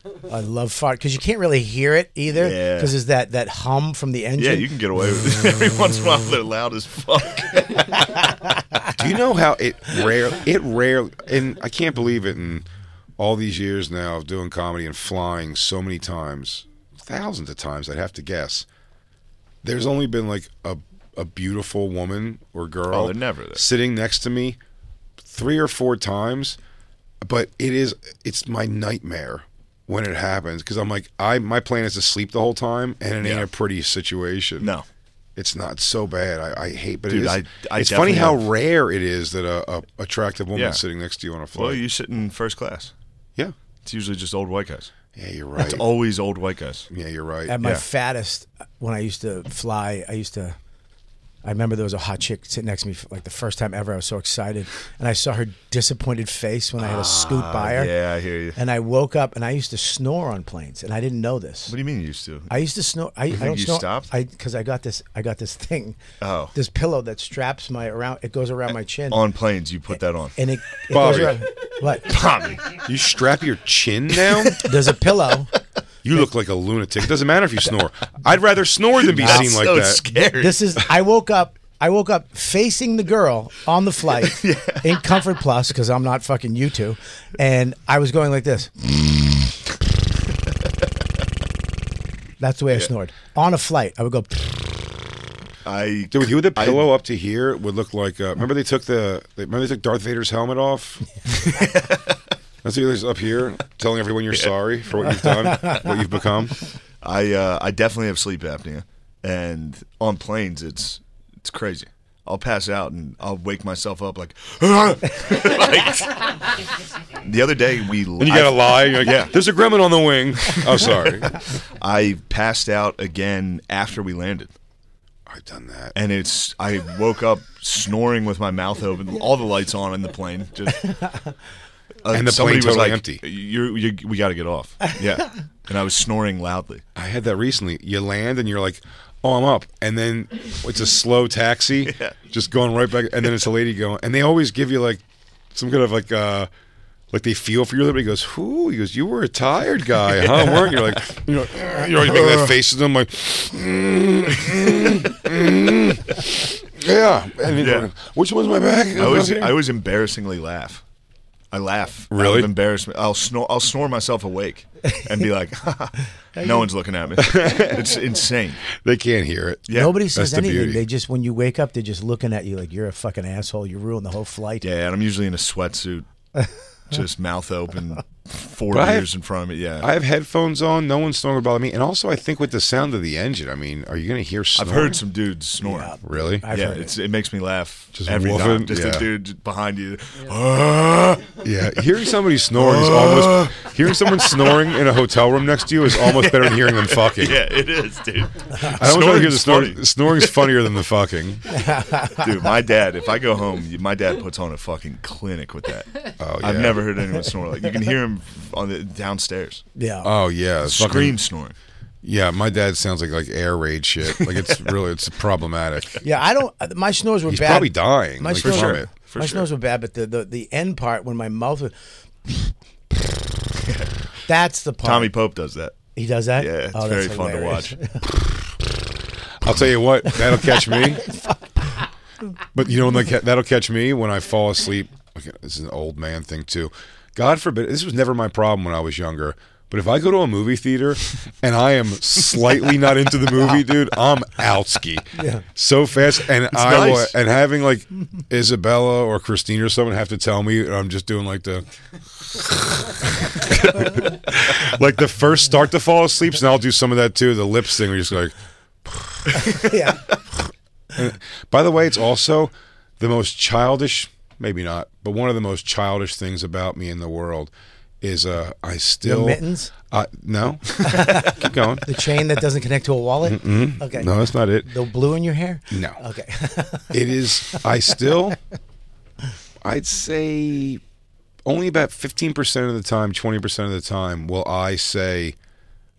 D: I love fart because you can't really hear it either
E: Yeah.
D: because there's that that hum from the engine.
E: yeah, you can get away with it every once in a while. They're loud as fuck.
C: Do you know how it rare it rarely and I can't believe it in all these years now of doing comedy and flying so many times, thousands of times I'd have to guess. There's only been like a a beautiful woman or girl
E: Oh, they're never there.
C: sitting next to me three or four times, but it is it's my nightmare when it happens because I'm like I my plan is to sleep the whole time and it ain't
E: Yeah.
C: a pretty situation.
E: No.
C: It's not so bad. I, I hate, but
E: Dude,
C: it is,
E: I- I
C: it's funny
E: definitely
C: how
E: have-
C: rare it is that a, a attractive woman
E: Yeah.
C: sitting next to you on a flight.
E: Well, you sit in first class.
C: Yeah.
E: It's usually just old white guys.
C: Yeah, you're
E: It's
C: right.
E: always old white guys.
C: Yeah, you're right.
D: At my
E: Yeah.
D: fattest, when I used to fly, I used to. I remember there was a hot chick sitting next to me for like the first time ever. I was so excited, and I saw her disappointed face when I had a scoop
E: Ah,
D: by her.
E: yeah, I hear you.
D: And I woke up, and I used to snore on planes, and I didn't know this. What
E: do you mean you used to?
D: I used to snore. I, I
E: You think
D: don't
E: you
D: snore.
E: stopped?
D: I because I got this. I got this thing.
E: Oh.
D: This pillow that straps my around. It goes around my chin.
E: On planes, you put that on.
D: and it, it
C: Bobby.
D: goes around. What?
E: Tommy,
C: you strap your chin down.
D: There's a pillow.
C: You look like a lunatic. It doesn't matter if you snore. I'd rather snore than be
E: That's
C: seen like
E: so
C: that.
E: scary.
D: This is. I woke up. I woke up facing the girl on the flight in Comfort Plus because I'm not fucking you two, and I was going like this. That's the way I snored on a flight. I would go.
E: I
C: Dude, with you with a
E: I-
C: pillow up to here would look like. Uh, remember they took the. They, remember they took Darth Vader's helmet off. That's what he was up here telling everyone you're sorry for what you've done, what you've become.
E: I uh, I definitely have sleep apnea, and on planes it's it's crazy. I'll pass out and I'll wake myself up like. Like, the other day we
C: And you gotta lie. You're like,
E: yeah.
C: There's a gremlin on the wing. Oh, sorry.
E: I passed out again after we landed.
C: I've done that.
E: And it's I woke up snoring with my mouth open, all the lights on in the plane. Just, Uh,
C: And the plane
E: somebody was
C: totally
E: like,
C: empty.
E: You're, you we got to get off. Yeah, and I was snoring loudly.
C: I had that recently. You land and you're like, "Oh, I'm up," and then it's a slow taxi, just going right back, and then it's a lady going, and they always give you like some kind of like uh like they feel for you a little bit. He goes, "Who?" He goes, "You were a tired guy, huh? Weren't you?" You're like, you know, you're always making that face at them, like, mm, mm, mm. yeah. And then you're like, Which one's my back?
E: I was I was embarrassingly laugh. I laugh. out of
C: Really?
E: embarrassment. I'll snore. I'll snore myself awake and be like, "No one's looking at me." It's insane.
C: They can't hear it.
E: Yeah,
D: Nobody
E: that's
D: says
E: the
D: anything.
E: beauty.
D: They just when you wake up, they're just looking at you like you're a fucking asshole. You ruined the whole flight.
E: Yeah, and I'm usually in a sweatsuit, just mouth open, four
C: But I have-
E: beers in front of me. Yeah,
C: I have headphones on. No one's snoring about me. And also, I think with the sound of the engine, I mean, are you going to hear
E: I've
C: snoring?
E: heard some dudes snore.
C: Really?
D: I've
E: yeah,
D: heard it.
E: it's, it. makes me laugh
C: Just
E: every time.
C: woofing?
E: Just
C: Yeah.
E: a dude j- behind you. "Ah."
C: Yeah, hearing somebody snoring is almost hearing someone snoring in a hotel room next to you is almost better than hearing them fucking.
E: Yeah, it is, dude.
C: I always want to hear the
E: Snoring's
C: snoring. Snoring's funnier than the fucking.
E: funny. dude. My dad, if I go home, y- my dad puts on a fucking clinic with that.
C: Oh,
E: I've
C: yeah.
E: never heard anyone snore like you can hear him on the downstairs.
D: Yeah.
C: Oh yeah, it's fucking-
E: scream snoring.
C: Yeah, my dad sounds like like air raid shit. Like it's really it's problematic.
D: Yeah, I don't. uh, My snores were
C: He's
D: bad.
C: probably dying,
D: My
C: like,
D: snores,
C: from
D: were-
C: it. For
D: my
C: sure.
D: snores were bad, but the, the the end part when my mouth was. that's the part.
E: Tommy Pope does that.
D: He does that.
E: Yeah, it's
D: Oh, that's
E: very fun to
D: hilarious.
E: watch.
C: I'll tell you what, that'll catch me. But you know, like that'll catch me when I fall asleep. Okay, this is an old man thing too. God forbid. This was never my problem when I was younger. But if I go to a movie theater and I am slightly not into the movie, dude, I'm outski.
K: Yeah.
C: So fast, and
K: It's
C: I wa-
K: nice.
C: and having like Isabella or Christine or someone have to tell me, I'm just doing like the like the first start to fall asleep, and I'll do some of that too. The lips thing, where you're just like.
D: yeah.
C: And- By the way, it's also the most childish, maybe not, but one of the most childish things about me in the world is uh, I still
D: mittens?
C: Uh, no, keep going.
D: The chain that doesn't connect to a wallet?
C: Mm-mm.
D: Okay.
C: No, that's not it.
D: The blue in your hair?
C: No.
D: Okay.
C: it is. I still. I'd say only about fifteen percent of the time, twenty percent of the time, will I say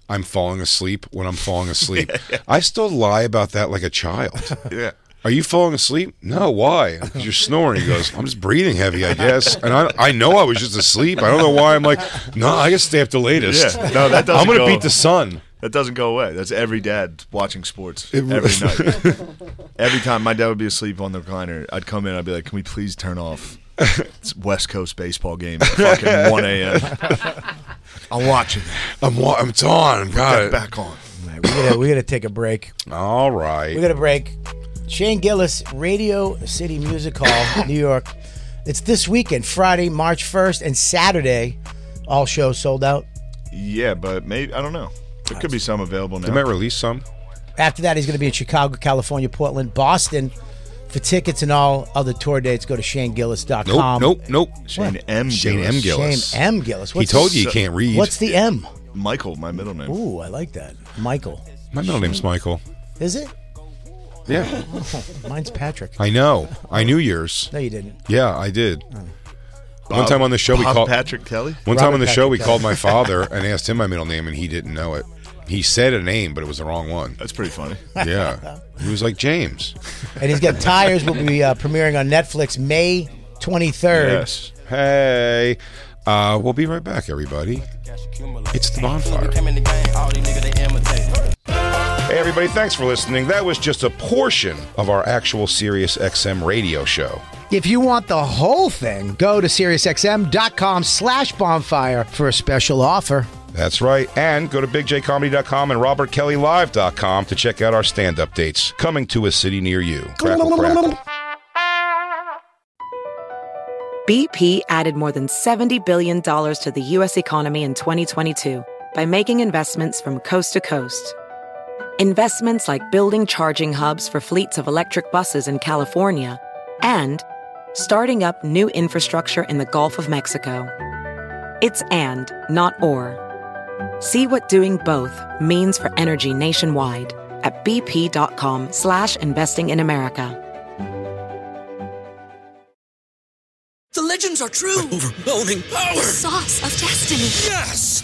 C: I'm falling asleep when I'm falling asleep. I still lie about that like a child.
E: Yeah.
C: Are you falling asleep? No. Why? Because you're snoring. He goes, I'm just breathing heavy, I guess. And I, I know I was just asleep. I don't know why. I'm like, no, I can stay up the latest.
E: Yeah. No, that doesn't
C: I'm gonna
E: go-
C: beat the sun.
E: That doesn't go away. That's every dad watching sports
C: It
E: every
C: was-
E: night. every time my dad would be asleep on the recliner, I'd come in. I'd be like, "Can we please turn off it's West Coast baseball game at fucking one a.m." I'm watching. it.
C: I'm wa- it's on.
E: Put
C: Got
E: that
C: it.
E: back on.
D: All right, we gotta we gotta take a break.
C: All right.
D: We got a break. Shane Gillis, Radio City Music Hall, New York. It's this weekend, Friday, March first, and Saturday. All shows sold out.
E: Yeah, but maybe I don't know. There could be some available now.
C: They might release some.
D: After that, he's going to be in Chicago, California, Portland, Boston. For tickets and all other tour dates, go to shanegillis.com.
C: Nope, nope, nope.
E: Shane M.
C: Shane M. Gillis.
D: Shane M. Gillis.
C: He told you he can't read.
D: What's the M?
E: Michael, my middle name.
D: Ooh, I like that. Michael.
C: My middle name's Michael.
D: Is it?
C: Yeah.
D: Mine's Patrick.
C: I know. I knew yours.
D: No, you didn't.
C: Yeah, I did. one
E: Bob-
C: time on the show, we
E: Bob
C: called
E: Patrick Kelly?
C: One time
E: Robert
C: on the show,
E: Patrick
C: we
E: Kelly.
C: called my father and asked him my middle name, and he didn't know it. He said a name, but it was the wrong one.
E: That's pretty funny.
C: Yeah, he was like James.
D: And he's got Tires will be uh, premiering on Netflix May 23rd.
C: Yes. Hey, uh, we'll be right back, everybody. It's the bonfire. Hey, everybody, thanks for listening. That was just a portion of our actual Sirius XM radio show.
D: If you want the whole thing, go to SiriusXM.com slash bonfire for a special offer.
C: That's right. And go to bigjcomedy.com and robertkellylive.com to check out our stand up dates coming to a city near you. Crackle, crackle.
L: BP added more than $70 billion to the U.S. economy in 2022 by making investments from coast to coast. Investments like building charging hubs for fleets of electric buses in California and starting up new infrastructure in the Gulf of Mexico. It's and, not or. See what doing both means for energy nationwide at bp.com slash investing in America.
M: The legends are true. overwhelming power! The sauce of destiny. Yes!